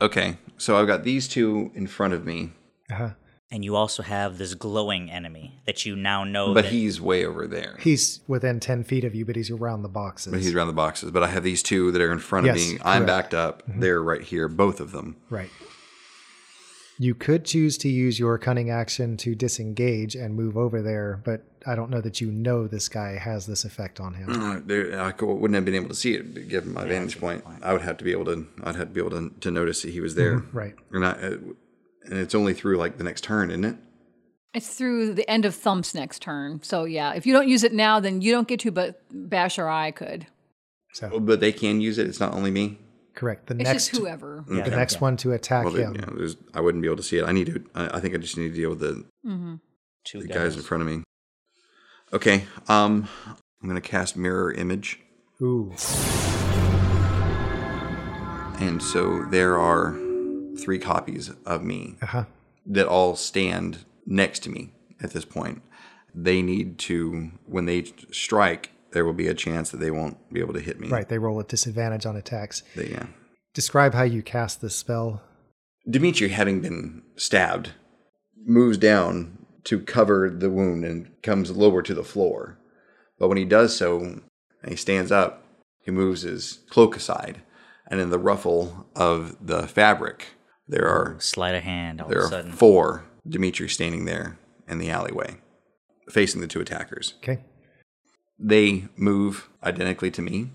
B: Okay. So I've got these two in front of me,
C: Uh-huh.
E: and you also have this glowing enemy that you now know.
B: but
E: that-
B: he's way over there.
C: He's within ten feet of you, but he's around the boxes.
B: But he's around the boxes. But I have these two that are in front of
C: Yes,
B: me. I'm
C: correct.
B: backed up. They're right here, both of them.
C: Right. You could choose to use your cunning action to disengage and move over there, but I don't know that you know this guy has this effect on him.
B: Uh, there- I cou- wouldn't have been able to see it given my vantage point. I would have to be able to. I'd have to be able to, to notice that he was there.
C: Right.
B: And I, uh, and it's only through like the next turn, isn't it?
D: It's through the end of Thump's next turn. So yeah, if you don't use it now, then you don't get to. But Bash or I could.
B: Oh,
C: So
B: But they can use it. It's not only me.
C: correct. The
D: It's
C: next
D: just whoever.
E: Yeah,
C: the next one to attack
B: Well,
C: him.
B: yeah, there's, I wouldn't be able to see it. I need to. I, I think I just need to deal with the,
D: hmm
E: two
B: the guys in front of me. Okay. Um, I'm gonna cast mirror image,
C: Ooh.
B: and so there are three copies of me
C: Uh-huh.
B: that all stand next to me at this point. They need to when they strike. There will be a chance that they won't be able to hit me.
C: Right. They roll at disadvantage on attacks.
B: They, yeah.
C: Describe how you cast this spell.
B: Dimitri, having been stabbed, moves down to cover the wound and comes lower to the floor. But when he does so, and he stands up, he moves his cloak aside, and in the ruffle of the fabric, there are
E: Sleight of hand. All
B: there
E: of a
B: are
E: sudden,
B: four Dimitri standing there in the alleyway, facing the two attackers.
C: Okay.
B: They move identically to me,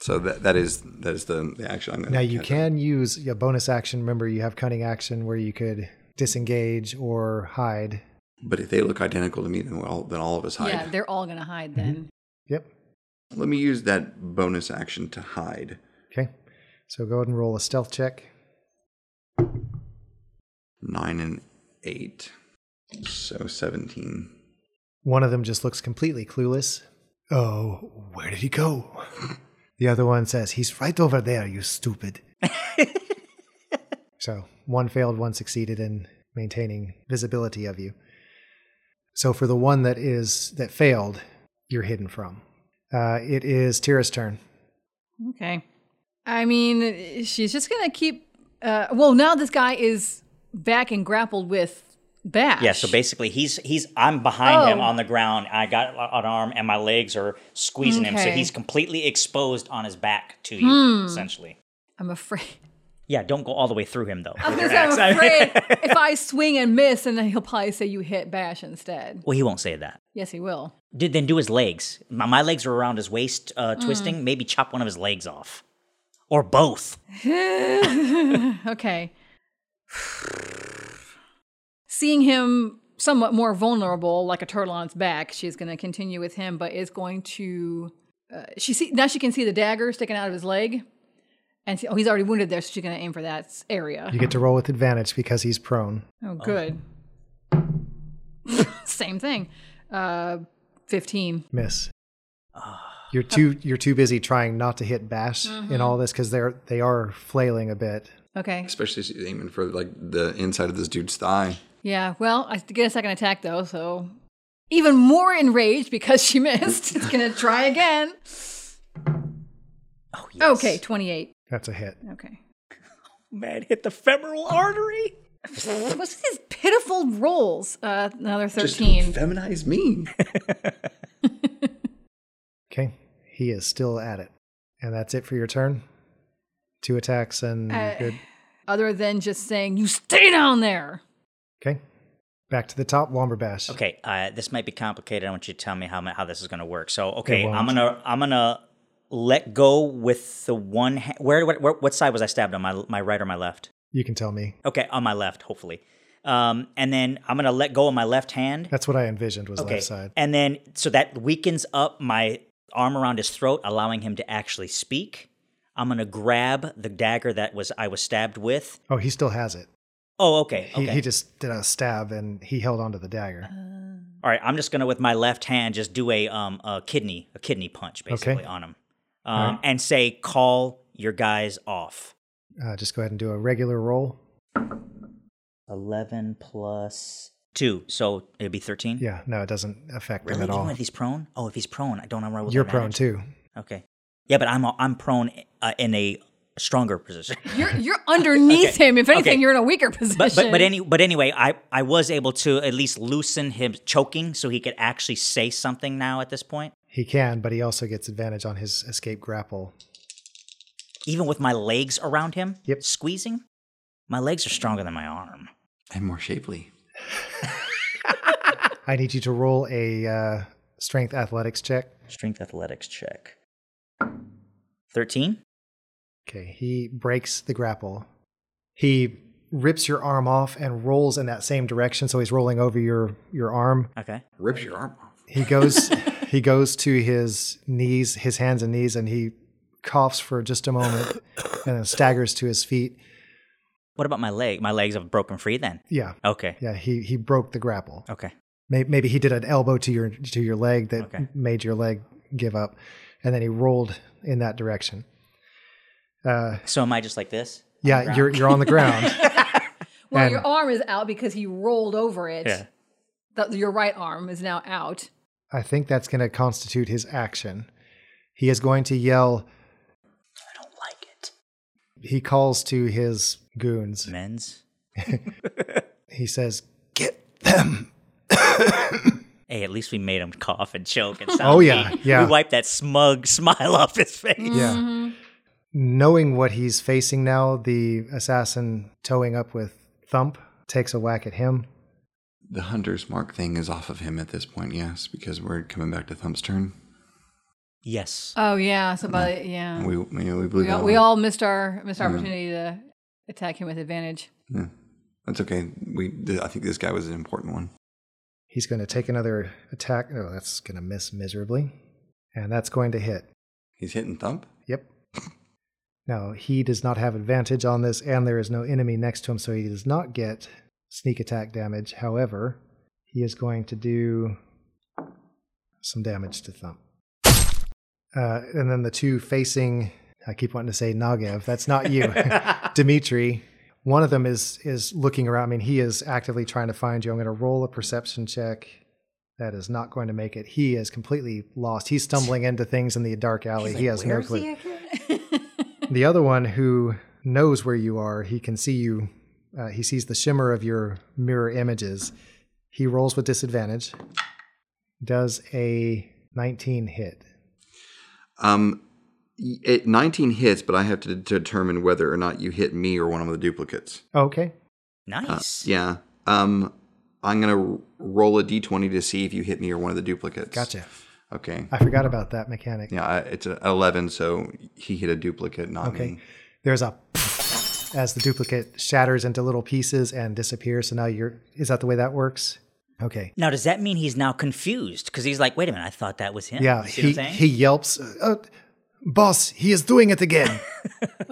B: so that that is that is the, the action I'm going to.
C: Now you can use a bonus action. Remember, you have cunning action where you could disengage or hide.
B: but if they look identical to me, then all then all of us hide.
D: Yeah, they're all gonna hide then.
C: Yep.
B: Let me use that bonus action to hide.
C: Okay. So go ahead and roll a stealth check.
B: Nine and eight. So 17.
C: One of them just looks completely clueless. Oh, where did he go? The other one says, He's right over there, you stupid. so one failed, one succeeded in maintaining visibility of you. So for the one that is that failed, you're hidden from. Uh, it is Tira's turn.
D: Okay. I mean, she's just gonna keep. Uh, well, now this guy is back and grappled with Bash.
E: yeah. So basically, he's he's I'm behind him
D: Oh.
E: on the ground. I got an arm, and my legs are squeezing him, so
D: Okay. Hmm.
E: he's completely exposed on his back to you, essentially.
D: I'm afraid.
E: Yeah, don't go all the way through him though.
D: I was gonna say, I'm afraid if I swing and miss, and then he'll probably say you hit Bash instead.
E: well, he won't say that.
D: Yes, he will.
E: Did then do his legs. My, my legs are around his waist, uh,
D: Hmm.
E: twisting. Maybe chop one of his legs off, or both.
D: okay. Seeing him somewhat more vulnerable, like a turtle on its back, she's going to continue with him, but is going to. Uh, she see now she can see the dagger sticking out of his leg, and see, oh, he's already wounded there, so she's going to aim for that s- area.
C: You get to roll with advantage because he's prone.
D: Oh, good. Same thing. Uh, Fifteen.
C: Miss.
E: Ah.
C: You're too you're too busy trying not to hit Bash
E: Mm-hmm.
C: in all this because they're they are flailing a bit.
D: Okay.
B: Especially if she's aiming for like the inside of this dude's thigh.
D: Yeah. Well, I get a second attack though, so even more enraged because she missed. it's going to try again.
E: Oh, yes.
D: Okay, 28.
C: That's a hit.
D: Okay.
E: man, hit the femoral artery.
D: What's with these pitiful rolls? Uh, another
B: Just
D: 13.
B: feminize me.
C: Okay. He is still at it. And that's it for your turn. Two attacks and you're
D: Uh,
C: good.
D: Other than just saying, you stay down there.
C: Okay. Back to the top, Womberbash.
E: Okay, uh, this might be complicated. I want you to tell me how ma- how this is going to work. So, okay,
C: won't.
E: I'm gonna I'm gonna let go with the one. Ha- where, where, where what side was I stabbed on? My my right or my left?
C: You can tell me.
E: Okay, on my left, hopefully. Um, and then I'm gonna let go of my left hand.
C: That's what I envisioned was left side.
E: And then so that weakens up my arm around his throat, allowing him to actually speak. I'm gonna grab the dagger that was I was stabbed with.
C: Oh, he still has it.
E: Oh, okay.
C: He,
E: okay.
C: he just did a stab and he held onto the dagger.
E: All right, I'm just gonna with my left hand just do a um a kidney a kidney punch basically
C: Okay.
E: on him,
C: All
E: um,
C: right.
E: and say call your guys off.
C: Uh, just go ahead and do a regular roll.
E: Eleven plus two, so it'd be thirteen.
C: Yeah, no, it doesn't affect
E: Really?
C: him at
E: Even
C: all.
E: if he's prone? Oh, if he's prone, I don't know.
C: You're prone too.
E: Okay. Yeah, but I'm I'm prone uh, in a stronger position.
D: You're you're underneath him. If anything,
E: Okay.
D: you're in a weaker position.
E: But but but, any, but anyway, I, I was able to at least loosen him choking so he could actually say something now at this point.
C: He can, but he also gets advantage on his escape grapple.
E: Even with my legs around him,
C: Yep.
E: squeezing, my legs are stronger than my arm.
B: And more shapely.
C: I need you to roll a uh, strength athletics check.
E: Strength athletics check. 13?
C: Okay, he breaks the grapple. He rips your arm off and rolls in that same direction, so he's rolling over your your arm.
E: Okay.
B: Rips your arm off.
C: He goes he goes to his knees, his hands and knees, and he coughs for just a moment and then staggers to his feet.
E: What about my leg? My legs have broken free then.
C: Yeah.
E: Okay.
C: Yeah, he he broke the grapple.
E: Okay.
C: May- Maybe he did an elbow to your to your leg that
E: Okay.
C: made your leg give up, and then he rolled in that direction. Uh,
E: So am I just like this?
C: yeah, you're you're on the ground.
D: well,
C: and-
D: your arm is out because he rolled over it.
E: Yeah.
D: The- your right arm is now out.
C: I think that's going to constitute his action. He is going to yell.
E: I don't like it.
C: He calls to his goons.
E: Men's?
C: He says,
E: Hey, at least we made him cough and choke and sound.
C: Oh, yeah,
E: mean.
C: yeah.
E: We wiped that smug smile off his face.
C: "Yeah."
D: Mm-hmm.
C: Knowing what he's facing now, the assassin towing up with Thump takes a whack at him.
B: The hunter's mark thing is off of him at this point, yes, because we're coming back to Thump's turn.
E: Yes.
B: Uh,
D: Oh yeah. So by
C: Mm-hmm.
D: the- yeah,
B: We, we, we blew
D: we
B: that
D: all,
B: one.
D: we all missed our missed our opportunity to attack him with advantage.
B: Yeah. That's okay. We, th- I think this guy was an important one.
C: He's going to take another attack. Oh, that's going to miss miserably. And that's going to hit.
B: He's hitting Thump.
C: Yep. Now, he does not have advantage on this, and there is no enemy next to him, so he does not get sneak attack damage. However, he is going to do some damage to Thump. Uh, and then the two facing, I keep wanting to say Nagev, that's not you, Dimitri. One of them is is looking around. I mean, he is actively trying to find you. I'm going to roll a perception check. That is not going to make it. He is completely lost. He's stumbling into things in the dark alley. he has no clue. The other one who knows where you are, he can see you. Uh, he sees the shimmer of your mirror images. He rolls with disadvantage. Does a 19 hit?
B: Um, y- it 19 hits, but I have to determine whether or not you hit me or one of the duplicates.
C: Okay.
B: Uh,
E: Nice.
B: yeah. Um, I'm gonna r- roll a d20 to see if you hit me or one of the duplicates.
C: Gotcha.
B: Okay.
C: I forgot about that mechanic.
B: Yeah, I, it's an 11, so he hit a duplicate, not
C: Okay.
B: me.
C: There's a as the duplicate shatters into little pieces and disappears. So now you're. Is that the way that works? Okay.
E: Now, does that mean he's now confused? Because he's like, wait a minute, I thought that was him.
C: Yeah.
E: You see
C: He,
E: what I'm saying?
C: he yelps, uh, Boss, he is doing it again.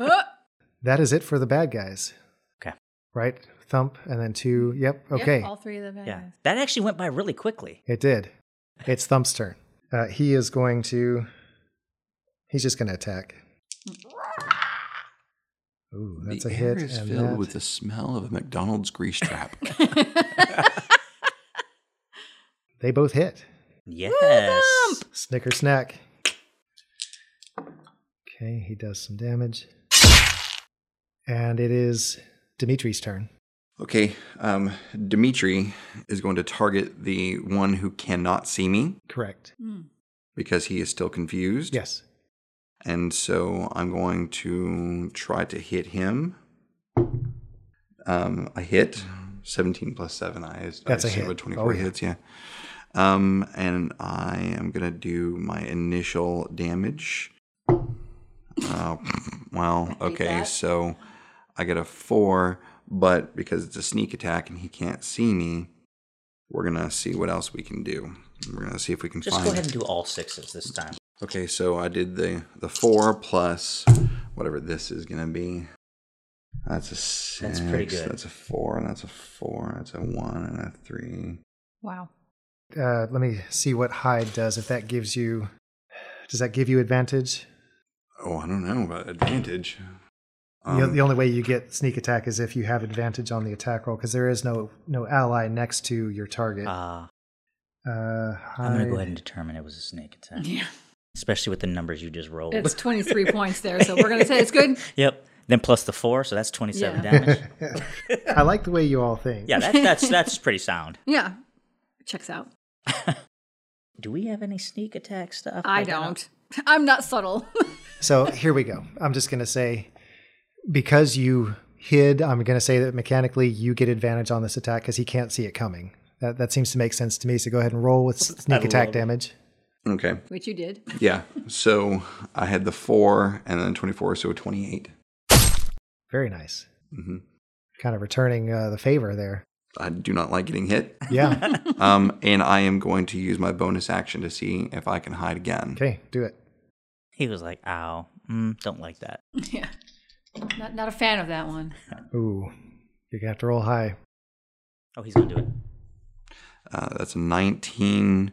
C: that is it for the bad guys.
E: Okay.
C: right? Thump, and then two. Yep. Okay.
D: Yep, all three of the bad
E: yeah.
D: guys.
E: That actually went by really quickly.
C: it did. It's Thump's turn. Uh, he is going to. He's just going to attack. Ooh, that's
B: the
C: a
B: air
C: hit.
B: is
C: and
B: filled
C: that-
B: with the smell of a McDonald's grease trap.
C: they both hit.
E: Yes.
C: Snicker snack. Okay, he does some damage. And it is Dimitri's turn.
B: okay. Um, Dimitri is going to target the one who cannot see me
C: Correct.
B: because he is still confused.
C: Yes.
B: And so I'm going to try to hit him. Um, I hit 17 plus 7. I,
C: That's a
B: I assume
C: hit.
B: with 24
C: Oh, yeah.
B: hits, yeah. Um, and I am going to do my initial damage. Oh, well, okay. So I get a 4, but because it's a sneak attack and he can't see me, we're going to see what else we can do. We're going to see if we can
E: Just
B: find
E: go ahead and do all sixes this time.
B: Okay, so I did the the four plus whatever this is gonna be. That's a six.
E: That's pretty good.
B: That's a four. That's a four. That's a one and a three.
D: Wow.
C: Uh, let me see what hide does. If that gives you, does that give you advantage?
B: Oh, I don't know about advantage. Um,
C: the,
E: Um.
C: the only way you get sneak attack is if you have advantage on the attack roll because there is no no ally next to your target. Uh,
E: Ah, I'm
C: hide.
E: gonna go ahead and determine it was a snake attack,
D: Yeah.
E: especially with the numbers you just rolled.
D: It's 23 points there, so we're going to say it's good.
E: Yep. Then plus the four, so that's 27
D: Yeah.
E: damage.
C: I like the way you all think.
E: Yeah, that, that's that's pretty sound.
D: Yeah. Checks out.
E: Do we have any sneak attack stuff?
D: I
E: Like,
D: don't. I'm not subtle.
C: So here we go. I'm just going to say because you hid, I'm going to say that mechanically you get advantage on this attack because he can't see it coming. That, that seems to make sense to me. So go ahead and roll with s- sneak attack damage.
B: Okay,
D: Which you did.
B: yeah. So I had the four and then twenty four, so a twenty eight.
C: Very nice.
B: Mhm.
C: Kind of returning uh, the favor there.
B: I do not like getting hit.
C: Yeah.
B: Um, and I am going to use my bonus action to see if I can hide again.
C: okay. Do it.
E: He was like, "Ow, mm, don't like that."
D: Yeah. Not, not a fan of that one.
C: Ooh. You're going to have to roll high.
E: Oh, he's gonna do it.
B: Uh, that's a nineteen.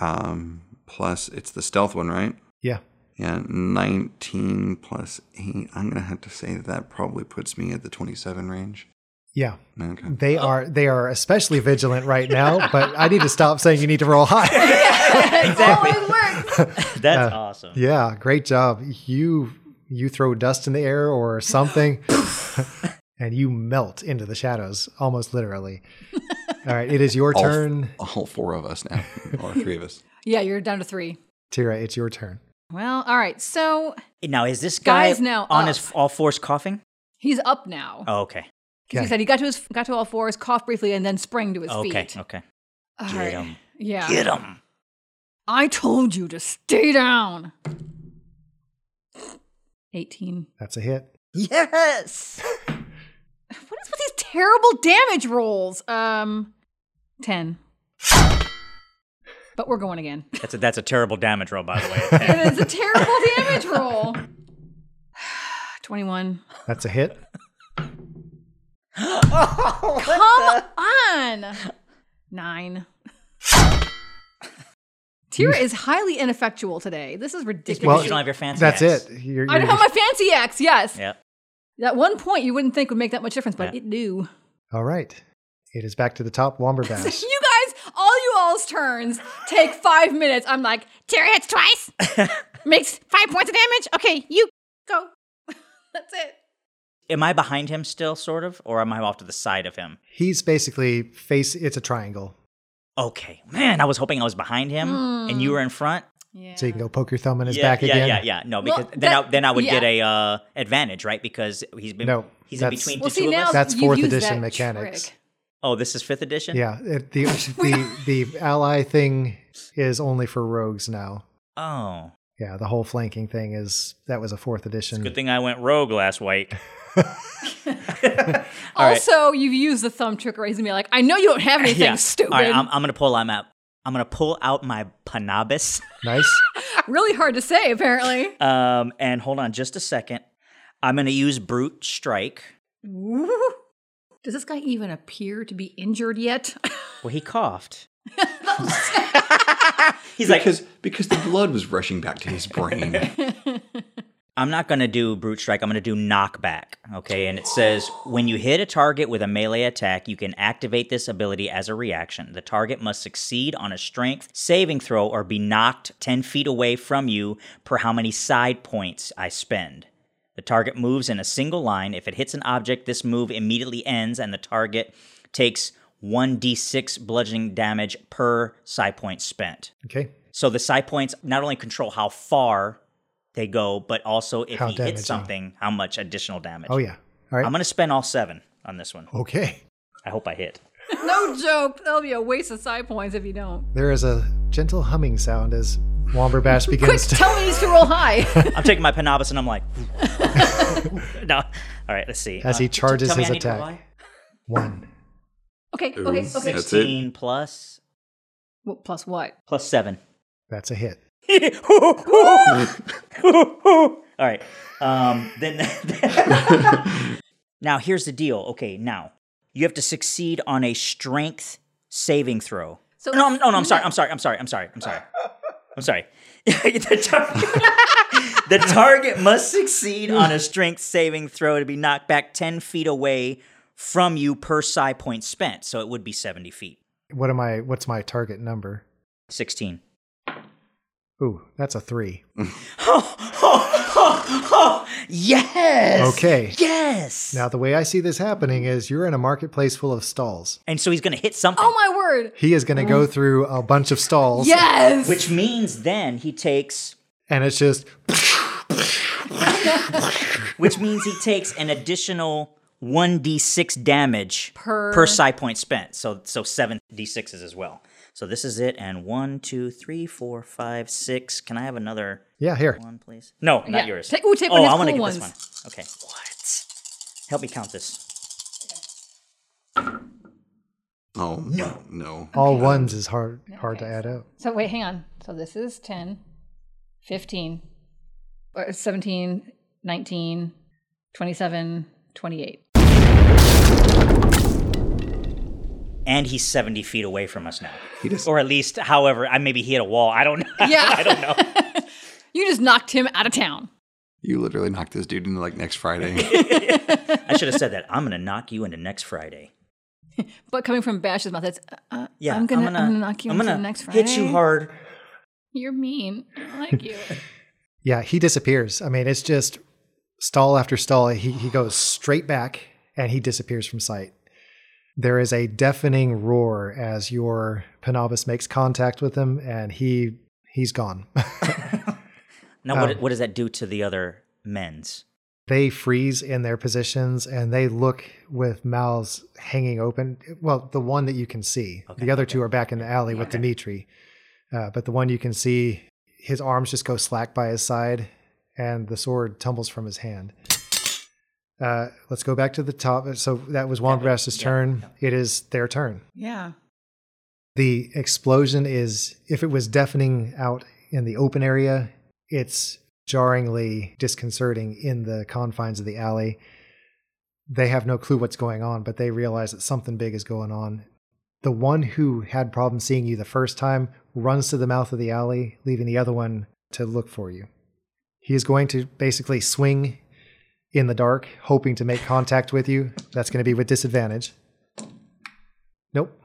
B: Um, plus it's the stealth one, right?
C: Yeah.
B: Yeah, 19 plus 8. I'm going to have to say that that probably puts me at the 27 range.
C: Yeah.
B: Okay.
C: They are they are especially vigilant right now, but I need to stop saying you need to roll high.
D: Always works.
E: That's awesome.
C: yeah, great job. You you throw dust in the air or something and you melt into the shadows almost literally. All right, it is your
B: All-
C: turn.
B: All four of us now, or three of us.
D: Yeah, you're down to three.
C: Tira, it's your turn.
D: Well, all right. So
E: Now is this guy
D: Guy's now uh,
E: on
D: up.
E: his all fours coughing?
D: he's up now.
E: Oh, okay,
D: 'Cause
C: Okay.
D: He said he got to his got to all fours, coughed briefly, and then sprang to his
E: okay,
D: feet.
E: okay.
D: All
E: Get
D: right.
E: him.
D: Yeah.
E: Get him.
D: I told you to stay down. 18.
C: That's a hit.
E: Yes.
D: What is with these terrible damage rolls? Um 10. But we're going again.
E: That's a that's a terrible damage roll, by the way.
D: And it's a terrible damage roll. 21.
C: That's a hit.
D: Come on. 9. Tira is highly ineffectual today. This is ridiculous.
E: Well,
C: Well,
E: you don't have your fancy.
C: That's
E: axe.
C: it. You're,
D: I don't have
C: you're-
D: my fancy axe, yes.
E: Yep.
D: That one point you wouldn't think would make that much difference, but
E: Yeah.
D: it do.
C: All right. It is back to the top Womberbash.
D: You guys, all you all's turns take five minutes. I'm like, Terry hits twice, makes five points of damage. Okay, you go. That's it.
E: Am I behind him still, sort of, or am I off to the side of him?
C: He's basically face it's a triangle.
E: Okay, man, I was hoping I was behind him and
D: Hmm.
E: you were in front.
D: Yeah.
C: So you can go poke your thumb in his
E: yeah,
C: back
E: yeah,
C: again.
E: Yeah, yeah, No,
D: Well,
E: because then I,
D: that-
E: then I would get
D: yeah.
E: a uh, advantage, right? Because he's been
C: No,
E: he's in
C: that's-
E: between
D: well,
E: the two
D: see
E: of
D: now
E: us.
C: That's
D: you've
C: fourth
D: used
C: edition
D: that
C: mechanics.
D: trick.
E: Oh, this is fifth edition.
C: Yeah, it, the the the ally thing is only for rogues now.
E: Oh,
C: Yeah, the whole flanking thing is that was a fourth edition.
E: good thing I went rogue last week. All right.
D: Also, you've used the thumb trick, raising me like, I know you don't have anything
E: Yeah.
D: stupid.
E: All right, I'm, I'm gonna pull. I'm out. I'm gonna pull out my panabis.
C: Nice.
D: really hard to say, apparently.
E: Um, and hold on just a second. I'm gonna use brute strike.
D: Does this guy even appear to be injured yet?
E: Well, he coughed. he's like,
B: Because because the blood was rushing back to his brain.
E: I'm not going to do brute strike. I'm going to do knockback. Okay. And it says when you hit a target with a melee attack, you can activate this ability as a reaction. The target must succeed on a strength saving throw or be knocked 10 feet away from you per how many side points I spend. The target moves in a single line. If it hits an object, this move immediately ends and the target takes 1d6 bludgeoning damage per side point spent.
C: Okay.
E: So the psi points not only control how far they go, but also if
C: How
E: he
C: damaging.
E: hits something, how much additional damage.
C: Oh yeah. All right.
E: I'm going to spend all seven on this one.
C: okay.
E: I hope I hit.
D: no joke. That'll be a waste of side points if you don't.
C: There is a gentle humming sound as Womberbash
D: Quick,
C: begins to
D: tell me he needs to roll high.
E: I'm taking my panabas and I'm like, no. All right, let's see.
C: as he charges
E: Uh, tell me
C: his
E: I need to
C: attack.
E: roll.
C: One.
D: okay, okay, okay.
B: That's it.
E: 16 plus,
D: Well, plus what?
E: plus seven.
C: That's a hit.
E: All right. Um, then. now here's the deal. Okay, now you have to succeed on a strength saving throw.
D: So-
E: no, I'm, no, no, I'm sorry. I'm sorry. I'm sorry. I'm sorry. I'm sorry. I'm sorry. the, target, the target must succeed on a strength saving throw to be knocked back 10 feet away from you per psi point spent. So it would be 70 feet.
C: What am I? What's my target number?
E: 16.
C: Ooh, that's a three.
E: Oh, oh, oh, oh, yes.
C: Okay.
E: Yes.
C: Now the way I see this happening is you're in a marketplace full of stalls.
E: and so he's going to hit something.
D: Oh my word.
C: He is going to go through a bunch of stalls,
D: Yes.
E: which means then he takes
C: and it's just
E: which means he takes an additional 1d6 damage
D: Per-
E: per psi point spent. So so 7d6s as well. So this is it and one, two, three, four, five, six. Can I have another
C: yeah. Here,
E: one please? No, not
D: Yeah.
E: yours.
D: Take- ooh, take
E: oh,
D: one of his
E: I wanna
D: cool
E: get
D: ones.
E: this one. Okay. What? Help me count this.
B: Oh no, no.
C: all ones is hard hard to add up.
D: So wait, hang on. So this is 10, 15, or 17, 19, 27, 28.
E: And he's 70 feet away from us now.
B: He just
E: Or at least however, I maybe he hit a wall. I don't know.
D: Yeah.
E: I don't know.
D: You just knocked him out of town.
B: you literally knocked this dude into like next Friday.
E: I should have said that. I'm going to knock you into next Friday.
D: But coming from Bash's mouth, that's, uh, uh,
E: Yeah,
D: I'm going to knock you
E: I'm
D: into
E: gonna
D: the next Friday.
E: Hit you hard.
D: You're mean. I don't like you.
C: Yeah, he disappears. I mean, it's just stall after stall. He he goes straight back and he disappears from sight. There is a deafening roar as your Penobus makes contact with him, and he he's gone.
E: Now, what, what does that do to the other men's?
C: they freeze in their positions and they look with mouths hanging open. Well, the one that you can see.
E: Okay,
C: the other two are back in the alley with Dimitri, uh, but the one you can see, his arms just go slack by his side, and the sword tumbles from his hand. Uh, let's go back to the top. So that was Wambrash's turn. It is their turn.
D: yeah.
C: The explosion is, if it was deafening out in the open area, it's jarringly disconcerting in the confines of the alley. They have no clue what's going on, but they realize that something big is going on. The one who had problems seeing you the first time runs to the mouth of the alley, leaving the other one to look for you. He is going to basically swing in the dark, hoping to make contact with you. That's going to be with disadvantage. Nope.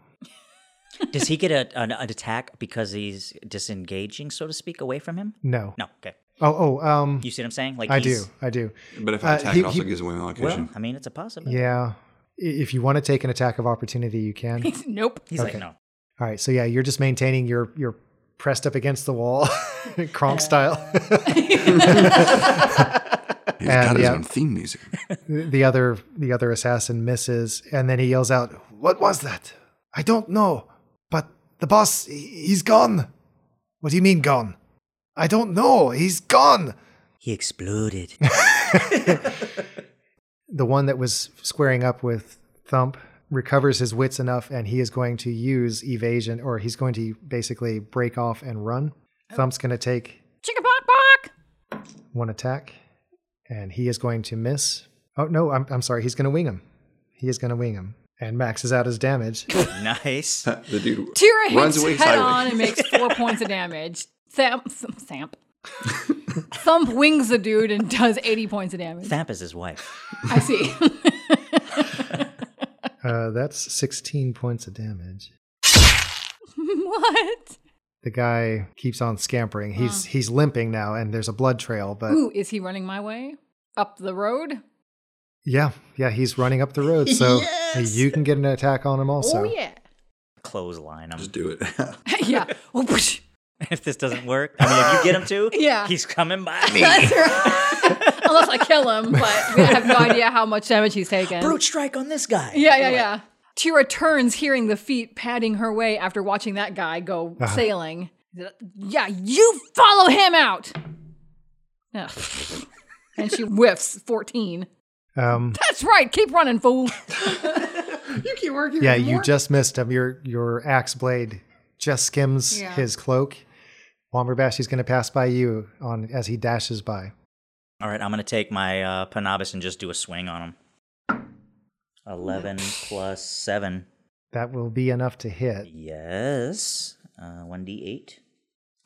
E: Does he get a, an, an attack because he's disengaging, so to speak, away from him?
C: No.
E: No. Okay.
C: Oh, oh, um,
E: You see what I'm saying? Like
C: I do,
E: he's-
C: I do.
B: but if I
C: Uh,
B: attack,
C: he-
B: it also
C: he-
B: gives away my location.
E: Well, I mean, it's a possibility.
C: Yeah, I- if you want to take an attack of opportunity, you can.
D: He's, nope.
E: He's
C: Okay.
E: like, no.
C: All right, so yeah, you're just maintaining your you're pressed up against the wall, Kronk style.
B: He's got his
C: uh, yeah.
B: own theme music.
C: the other the other assassin misses, and then he yells out, "What was that? I don't know, but the boss he- he's gone. What do you mean gone? I don't know. He's gone."
E: He exploded.
C: the one that was squaring up with Thump recovers his wits enough and he is going to use evasion or he's going to basically break off and run. Thump's going to take
D: Chicken pock pock.
C: one attack and he is going to miss. Oh, no, I'm, I'm sorry. He's going to wing him. He is going to wing him and maxes out his damage.
E: nice.
B: the dude
D: Tira
B: runs
D: hits
B: away
D: head on
B: sideways.
D: and makes four points of damage. Thamp. Thump. Thamp. Thump wings the dude and does 80 points of damage.
E: Thamp is his wife.
D: I see.
C: Uh, that's 16 points of damage.
D: what?
C: The guy keeps on scampering. He's he's limping now, and there's a blood trail.
E: Uh,
C: But
D: Ooh, is he running my way? Up the road?
C: yeah, yeah, he's running up the road, so
E: Yes!
C: you can get an attack on him also.
D: oh, yeah.
E: Clothesline him.
B: Just do it.
D: yeah. Oh, psh.
E: if this doesn't work, I mean, if you get him to,
D: Yeah.
E: he's coming by me.
D: That's right. Unless I kill him, but we have no idea how much damage he's taken.
E: Brute strike on this guy.
D: Yeah, yeah, yeah. Tira turns, hearing the feet padding her way after watching that guy go sailing. Yeah, you follow him out. Ugh. and she whiffs 14.
C: Um,
D: That's right. Keep running, fool.
C: Yeah, you just missed him. Your your axe blade just skims
D: Yeah.
C: his cloak, Womberbash is going to pass by you on as he dashes by.
E: All right, I'm gonna take my uh, Panabis and just do a swing on him. Eleven plus seven.
C: That will be enough to hit.
E: Yes. Uh, One d eight.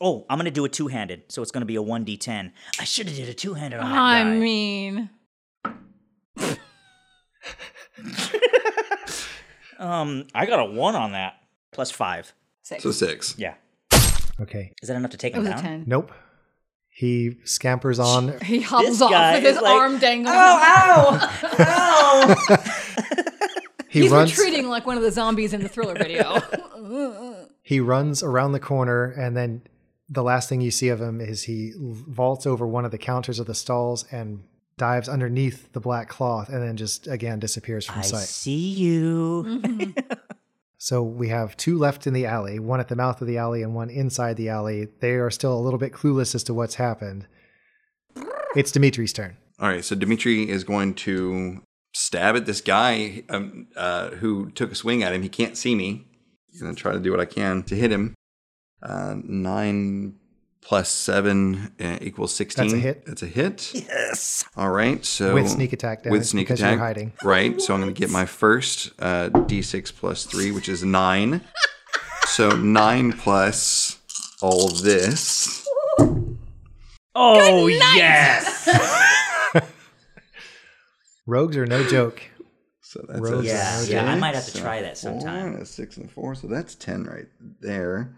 E: Oh, I'm gonna do a two handed, so it's gonna be a one d ten. I should have did a two handed on Oh, that
D: I
E: guy.
D: mean,
E: um, I got a one on that plus five.
D: six.
B: So six.
E: Yeah.
C: Okay.
E: Is that enough to take
D: it
E: him
D: was a
E: down?
D: ten.
C: Nope. He scampers on.
D: He hobbles off
E: guy
D: with his
E: is like,
D: arm dangling.
E: Oh, ow, ow!
C: He
D: He's
C: runs.
D: retreating like one of the zombies in the thriller video.
C: He runs around the corner, and then the last thing you see of him is he vaults over one of the counters of the stalls and dives underneath the black cloth, and then just again disappears from
E: I
C: sight.
E: see you.
D: Mm.
C: So we have two left in the alley, one at the mouth of the alley and one inside the alley. They are still a little bit clueless as to what's happened. It's Dimitri's turn.
B: All right, so Dimitri is going to stab at this guy um, uh, who took a swing at him. He can't see me. He's going to try to do what I can to hit him. Uh, nine plus seven uh, equals 16.
C: That's a hit.
B: That's a hit.
E: Yes.
B: All right, so.
C: With sneak attack damage
B: With sneak
C: because you're
B: attack.
C: hiding.
B: Right, so I'm going to get my first uh, d6 plus three, which is nine. so nine plus all this.
E: Oh yes.
C: Rogues are no joke.
B: So that's
C: Rose.
B: a
E: Yeah,
B: six,
E: yeah, I might have to
B: so
E: try that
B: four,
E: sometime.
B: a six and a four, so that's ten right there,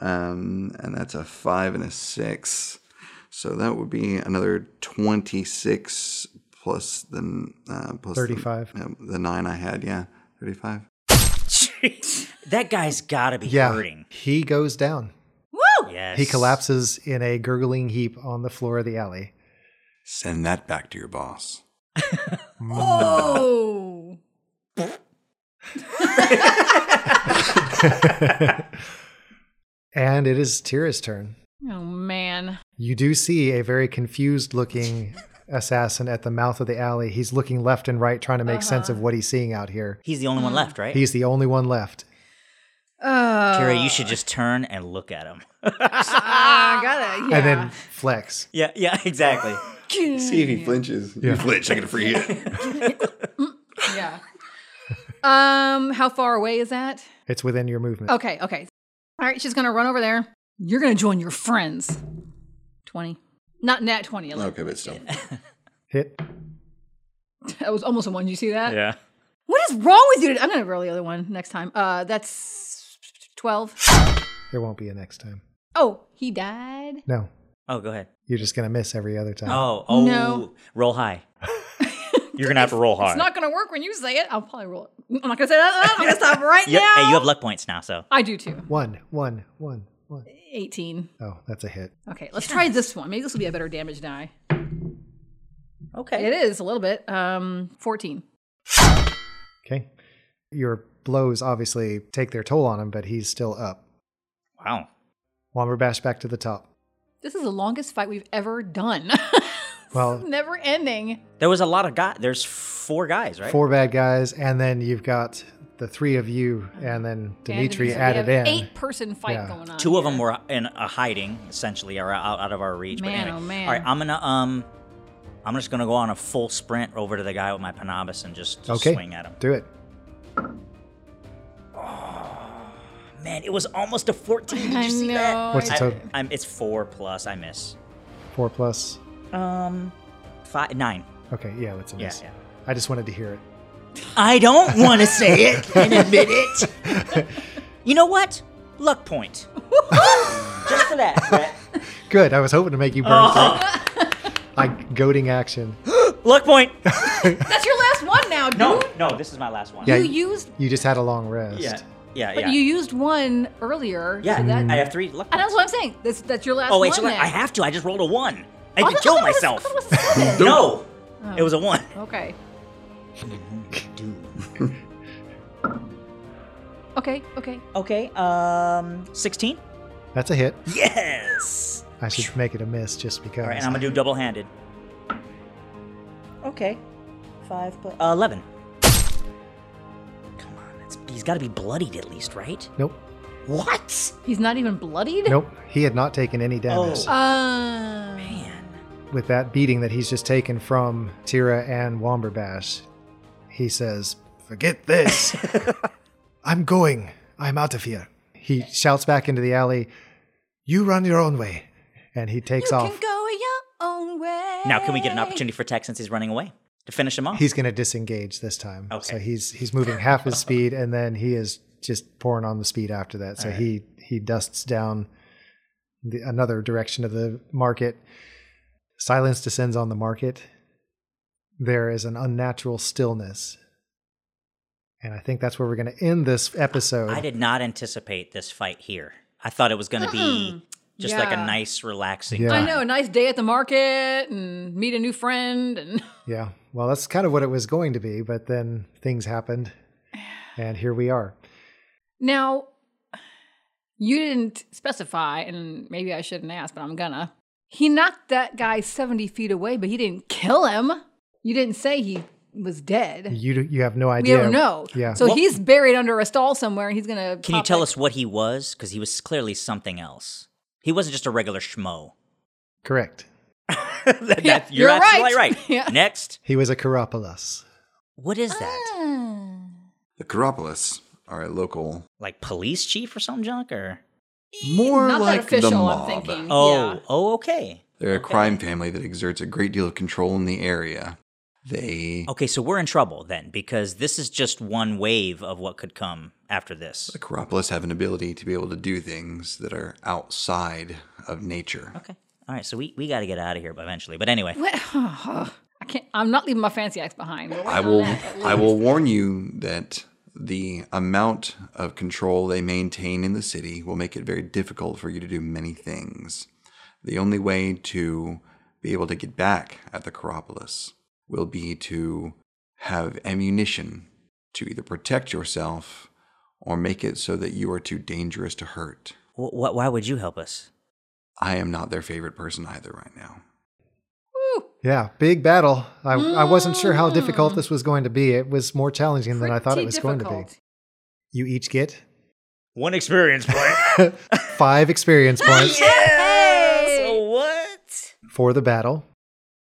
B: um, and that's a five and a six, so that would be another twenty-six plus the uh, plus the-
C: 35.
B: um, the, nine I had, yeah, thirty-five.
E: Jeez. That guy's got to be
C: Yeah.
E: hurting.
C: He goes down.
E: Yes.
C: He collapses in a gurgling heap on the floor of the alley.
B: Send that back to your boss.
D: oh.
C: And it is Tira's turn.
D: Oh man.
C: You do see a very confused looking assassin at the mouth of the alley. He's looking left and right, trying to make sense of what he's seeing out here.
E: He's the only
D: Mm.
E: one left, right?
C: He's the only one left.
D: Oh.
E: Terry,
C: uh,
E: you should just turn and look at him.
D: Ah, got it. Yeah.
C: And then flex.
E: yeah, yeah, exactly.
B: See if he flinches. You flinch, I get a free hit.
D: yeah. Um, how far away is that?
C: It's within your movement.
D: Okay, okay. All right, she's gonna run over there. You're gonna join your friends. Twenty, not nat twenty. Like,
B: okay, but still,
C: Hit.
D: that was almost a one. Did you see that?
E: yeah.
D: What is wrong with you? today? I'm gonna roll the other one next time. Uh, that's twelve.
C: There won't be a next time.
D: Oh, he died.
C: No,
E: Oh, go ahead.
C: you're just gonna miss every other time.
E: Oh, oh.
D: No.
E: Roll high. You're gonna have to roll high.
D: It's not gonna work when you say it. I'll probably roll it. I'm not gonna say that. I'm gonna stop right
E: You-
D: now.
E: Hey, you have luck points now, so
D: I do too.
C: One, one, one, one.
D: Eighteen.
C: Oh, that's a hit.
D: Okay, let's try this one. Maybe this will be a better damage die.
E: okay.
D: It is a little bit. Um, fourteen.
C: Okay. Your blows obviously take their toll on him, but he's still up.
E: Wow.
C: Womberbash back to the top.
D: This is the longest fight we've ever done.
C: Well,
D: Never ending.
E: There was a lot of guys. There's four guys, right?
C: four bad guys, and then you've got the three of you, and then Dimitri
D: And
C: added
D: we have
C: in.
D: Eight person fight
C: Yeah.
D: going on.
E: Two of them were in a hiding, essentially, or out, out of our reach.
D: Man,
E: but anyway.
D: oh, man.
E: All right, I'm gonna um, I'm just gonna go on a full sprint over to the guy with my panabis and just, just
C: Okay.
E: swing at him.
C: Do it.
E: Man, it was almost a 14. Did you
D: I
E: see
D: know.
E: that?
C: What's the
E: I,
C: total?
E: I'm, it's four plus. I miss.
C: Four plus.
E: Um, five, nine.
C: Okay, yeah, that's a
E: Yeah,
C: miss.
E: yeah.
C: I just wanted to hear it.
E: I don't want to say it and admit it. you know what? Luck point. Just for that. Brett.
C: Good. I was hoping to make you
D: Oh.
C: burn through.
E: Uh-huh.
C: like goading action.
E: Luck point.
D: That's your last one now, dude.
E: No, no, this is my last one.
C: Yeah,
D: You
C: you-
D: used,
C: You just had a long rest.
E: yeah, yeah.
D: but
E: yeah.
D: you used one earlier.
E: Yeah,
D: So that,
C: Mm.
E: I have three luck
D: and that's
E: points.
D: what I'm saying. This, that's your last
E: Oh
D: one.
E: wait, so I
D: now.
E: I have to. I just rolled a one. I
D: Oh,
E: could
D: thought-
E: kill
D: I thought it was-
E: myself.
D: I thought it was seven.
E: No, it was a one.
D: Okay.
E: Dude.
D: Okay. Okay.
E: Okay. Um, sixteen.
C: That's a hit.
E: Yes.
C: I should make it a miss just because.
E: All right, and I'm gonna do double-handed. Okay. Five plus uh, eleven. Come on, that's, he's got to be bloodied at least, right?
C: Nope.
E: What?
D: He's not even bloodied?
C: Nope, he had not taken any damage.
E: Oh.
D: Uh,
E: Man.
C: With that beating that he's just taken from Tira and Womberbash, he says, Forget this. I'm going. I'm out of here. He shouts back into the alley, You run your own way. And he takes
D: you
C: off.
D: can go your own way.
E: Now, can we get an opportunity for Tex since he's running away to finish him off?
C: He's going to disengage this time.
E: Okay.
C: So he's he's moving half his speed, and then he is just pouring on the speed after that. So he he dusts down the, another direction of the market. Silence descends on the market. There is an unnatural stillness, and I think that's where we're going to end this episode.
E: I did not anticipate this fight here. I thought it was going to be just like a
D: Yeah.
E: nice, relaxing.
C: Yeah.
D: I
E: time.
D: know, a nice day at the market and meet a new friend and
C: Yeah. Well, that's kind of what it was going to be, but then things happened, and here we are.
D: Now, you didn't specify, and maybe I shouldn't ask, but I'm gonna. He knocked that guy 70 feet away, but he didn't kill him. You didn't say he was dead.
C: You you have no
D: We
C: idea.
D: don't know.
C: Yeah.
D: So
E: Well-
D: he's buried under a stall somewhere, and he's gonna.
E: Can you
D: pop
E: tell
D: it.
E: us what he was? Because he was clearly something else. He wasn't just a regular schmo.
C: Correct.
E: That-
D: Yeah,
E: that-
D: you're
E: you're, absolutely right.
D: right. Yeah.
E: Next,
C: He was a Carapalas.
E: what is that?
D: Ah.
B: The Caropolis are a local,
E: Like police chief or some junk? Or
B: more
D: Not
B: like
D: that official,
B: the
D: I'm
B: mob.
D: thinking.
E: oh,
D: Yeah.
E: oh, okay,
B: They're a crime family that exerts a great deal of control in the area. They
E: okay. So we're in trouble then because this is just one wave of what could come after this.
B: the Caropolis have an ability to be able to do things that are outside of nature.
E: Okay, all right. So we we got to get out of here eventually. But anyway,
D: What? I can't. I'm not leaving my fancy acts behind. We'll wait
B: I
D: on
B: will
D: that at
B: I
D: least.
B: will warn you that the amount of control they maintain in the city will make it very difficult for you to do many things. The only way to be able to get back at the Caropolis will be to have ammunition to either protect yourself or make it so that you are too dangerous to hurt.
E: wh- wh- why would you help us?
B: I am not their favorite person either right now.
D: Woo.
C: Yeah, big battle. I, I wasn't sure how difficult this was going to be. It was more challenging than I thought it
D: Mm. Pretty
C: was going to
D: difficult.
C: be. You each get
E: One experience point.
C: five experience points
E: so what?
C: for the battle.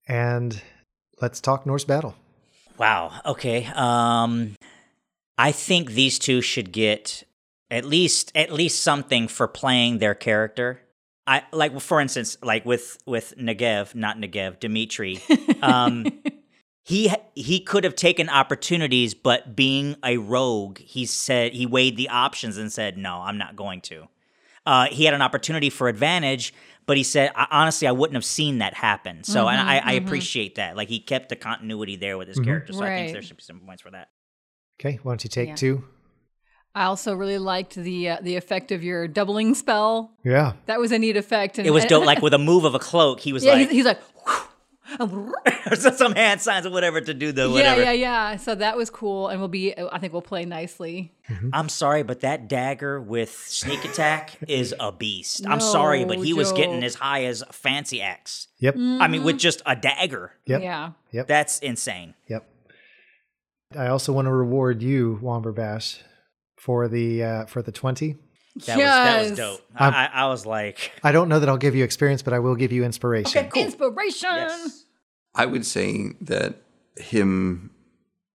C: And let's talk Norse battle.
E: Wow. Okay. Um, I think these two should get at least at least something for playing their character. I like, for instance, like with with Negev, not Negev, Dimitri. Um, he he could have taken opportunities, but being a rogue, he said he weighed the options and said, "No, I'm not going to." Uh, he had an opportunity for advantage, but he said, I, "Honestly, I wouldn't have seen that happen." So, and I, I appreciate that. Like he kept the continuity there with his character. So I think
D: Right.
E: there should be some points for that.
C: Okay, why don't you take
D: Yeah.
C: two?
D: I also really liked the uh, the effect of your doubling spell.
C: Yeah.
D: That was a neat effect. And
E: It was
D: and-
E: dope. like with a move of a cloak, he was
D: yeah,
E: like
D: he's, he's like, whew,
E: some hand signs or whatever to do the
D: yeah,
E: whatever.
D: yeah, yeah. So that was cool, and we'll be. I think we'll play nicely.
E: I'm sorry, but that dagger with sneak attack is a beast. I'm sorry, but
D: No
E: he was getting
D: joke.
E: as high as fancy axe.
C: Yep.
D: Mm.
E: I mean,
D: Mm-hmm.
E: with just a dagger.
C: Yep.
D: Yeah.
C: Yep.
E: That's insane.
C: Yep. I also want to reward you, Womberbash, for the uh, for the twenty.
E: That, was, that was
D: Yes.
E: dope. I, I, I was like,
C: I don't know that I'll give you experience, but I will give you inspiration.
D: Inspiration.
E: yes.
B: I would say that him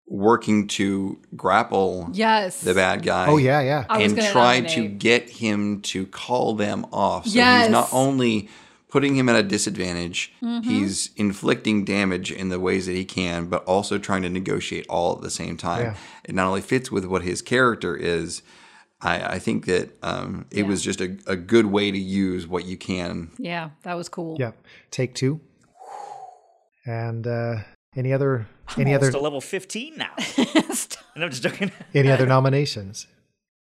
B: working to grapple
D: Yes.
B: the bad guy.
C: Oh yeah, yeah.
D: I was
B: and
D: gonna
B: try to
D: nominate.
B: get him to call them off. So
D: Yes. Mm-hmm.
B: he's not only putting him at a disadvantage, he's inflicting damage in the ways that he can, but also trying to negotiate all at the same time.
C: Yeah.
B: It not only fits with what his character is. I, I think that um, it was just a, a good way to use what you can.
D: Yeah, that was cool.
C: Yeah. Take two. And uh, any other any other
E: Almost a level 15 now. and I'm just joking.
C: any other nominations?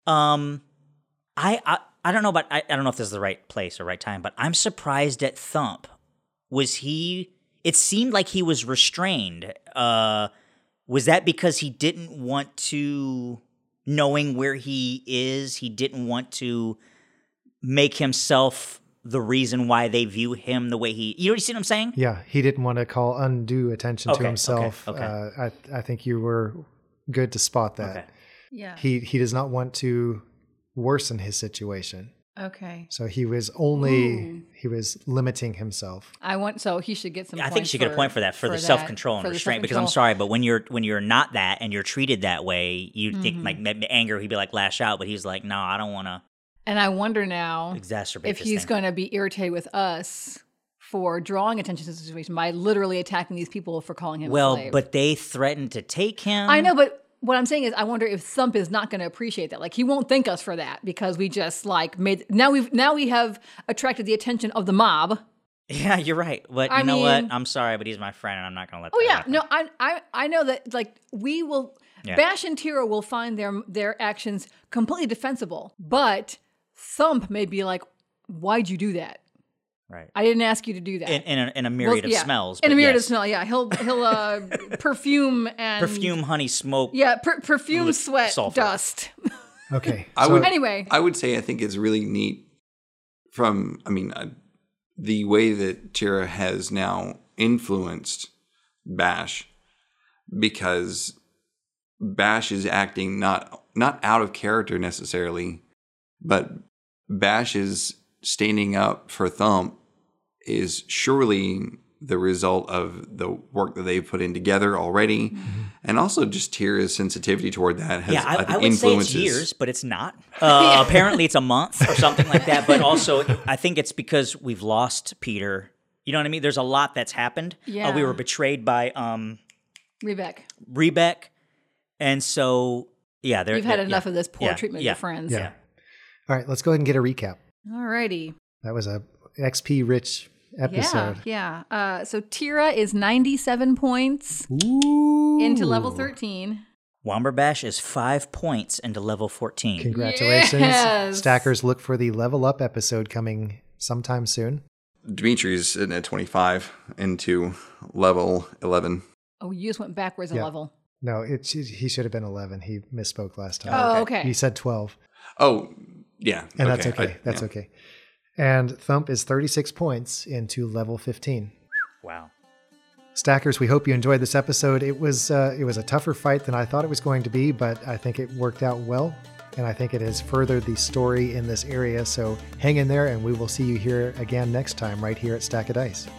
E: Um, I, I, I don't know about, I, I don't know if this is the right place or right time, but I'm surprised at Thump. Was he, it seemed like he was restrained. Uh, was that because he didn't want to, knowing where he is, he didn't want to make himself the reason why they view him the way he, you know, you see what I'm saying?
C: Yeah, he didn't want to call undue attention
E: Okay,
C: to
E: okay,
C: himself.
E: okay.
C: Uh, I I think you were good to spot that.
E: Okay.
D: Yeah.
C: He he does not want to worsen his situation.
D: Okay.
C: So he was only
E: Hmm.
D: Ooh.
C: he was limiting himself.
D: I want so he should get some.
E: I think
D: points
E: she got a point for that for, the self control and
D: for the
E: restraint. Because I'm
D: self-control.
E: sorry, but when you're when you're not that and you're treated that way, you would
D: Mm-hmm.
E: think like m- anger. He'd be like lash out, but he's like, no, I don't want to
D: And I wonder now
E: exacerbate.
D: Mm. if
E: this
D: he's
E: thing.
D: going to be irritated with us for drawing attention to the situation by literally attacking these people for calling him. a
E: Well,
D: slave.
E: but um, they threatened to take him.
D: I know, but what I'm saying is, I wonder if Thump is not going to appreciate that. Like, he won't thank us for that because we just like made now we've now we have attracted the attention of the mob.
E: Yeah, you're right. But you
D: I
E: know what?
D: mean-
E: I'm sorry, but he's my friend, and I'm not going to let.
D: Oh
E: that
D: yeah,
E: happen.
D: no, I I I know that like we will
E: Yeah.
D: Bash and Tira will find their their actions completely defensible, but Thump may be like, "Why'd you do that?
E: Right.
D: I didn't ask you to do that."
E: In, in, a, in a
D: Well,
E: myriad
D: yeah.
E: of smells.
D: In
E: but
D: a myriad
E: yes.
D: of smell, yeah. He'll he'll uh, perfume and
E: Perfume, honey, smoke.
D: Yeah, per- perfume,
E: Li-
D: sweat,
E: sulfur.
D: dust.
C: Okay.
B: I
C: so-
B: would-
D: anyway,
B: I would say I think it's really neat from, I mean, uh, the way that Tira has now influenced Bash because Bash is acting not not out of character necessarily, but Bash is standing up for Thump is surely the result of the work that they've put in together already. And also just Tira's sensitivity toward that has
E: Mm-hmm. Yeah, I,
B: think,
E: I would say it's
B: influences
E: years, but it's not. Uh, Apparently, it's a month or something like that. But also, I think it's because we've lost Peter. You know what I mean? There's a lot that's happened. Uh, we
D: Yeah.
E: were betrayed by um,
D: Rebek,
E: Rebeck, and so yeah, there.
D: you've had
E: yeah,
D: enough
E: yeah.
D: of this poor
E: Yeah,
D: treatment
E: yeah,
D: of your friends.
C: yeah. All right, let's go ahead and get a recap.
D: Alrighty.
C: That was a XP rich episode.
D: Yeah, yeah. Uh, so Tira is 97 points into level 13.
E: Womberbash is five points into level fourteen.
C: Congratulations.
D: Yes.
C: Stackers look for the level up episode coming sometime soon.
B: Dimitri's sitting at 25 into level 11.
D: Oh, you just went backwards a
C: Yeah.
D: level.
C: No, it should- he should have been 11. He misspoke last time.
D: Oh, okay.
C: He said 12,
B: Oh, yeah.
C: and that's okay.
B: I-
C: that's
B: yeah.
C: okay. And Thump is 36 points into level 15.
E: Wow.
C: Stackers, we hope you enjoyed this episode. It was uh, it was a tougher fight than I thought it was going to be, but I think it worked out well, and I think it has furthered the story in this area. So hang in there, and we will see you here again next time, right here at Stack of Dice.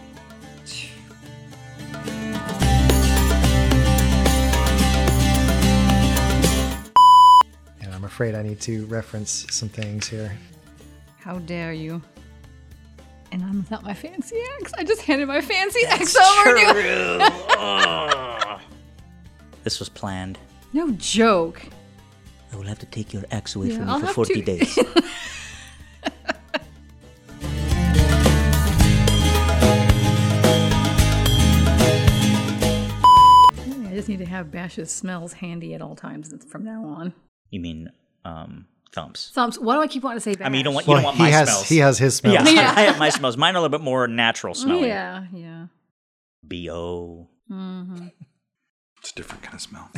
C: And I'm afraid I need to reference some things here.
D: How dare you? And I'm without my fancy axe. I just handed my fancy axe over to you.
E: This was planned.
D: No joke.
E: I will have to take your axe away
D: Yeah,
E: from
D: I'll
E: you for
D: have
E: 40
D: to-
E: days.
D: I just need to have Bash's smells handy at all times from now on.
E: you mean um, thumps?
D: Thumps, why do I keep wanting to say Bash?
E: I mean, you don't want, you
C: Well,
E: don't want
C: he
E: my
C: has
E: smells.
C: he has his smells.
E: Yeah,
D: Yeah.
E: I have my smells. Mine are a little bit more natural smelling.
D: Yeah, yeah.
E: B.O.
B: It's a different kind of smell.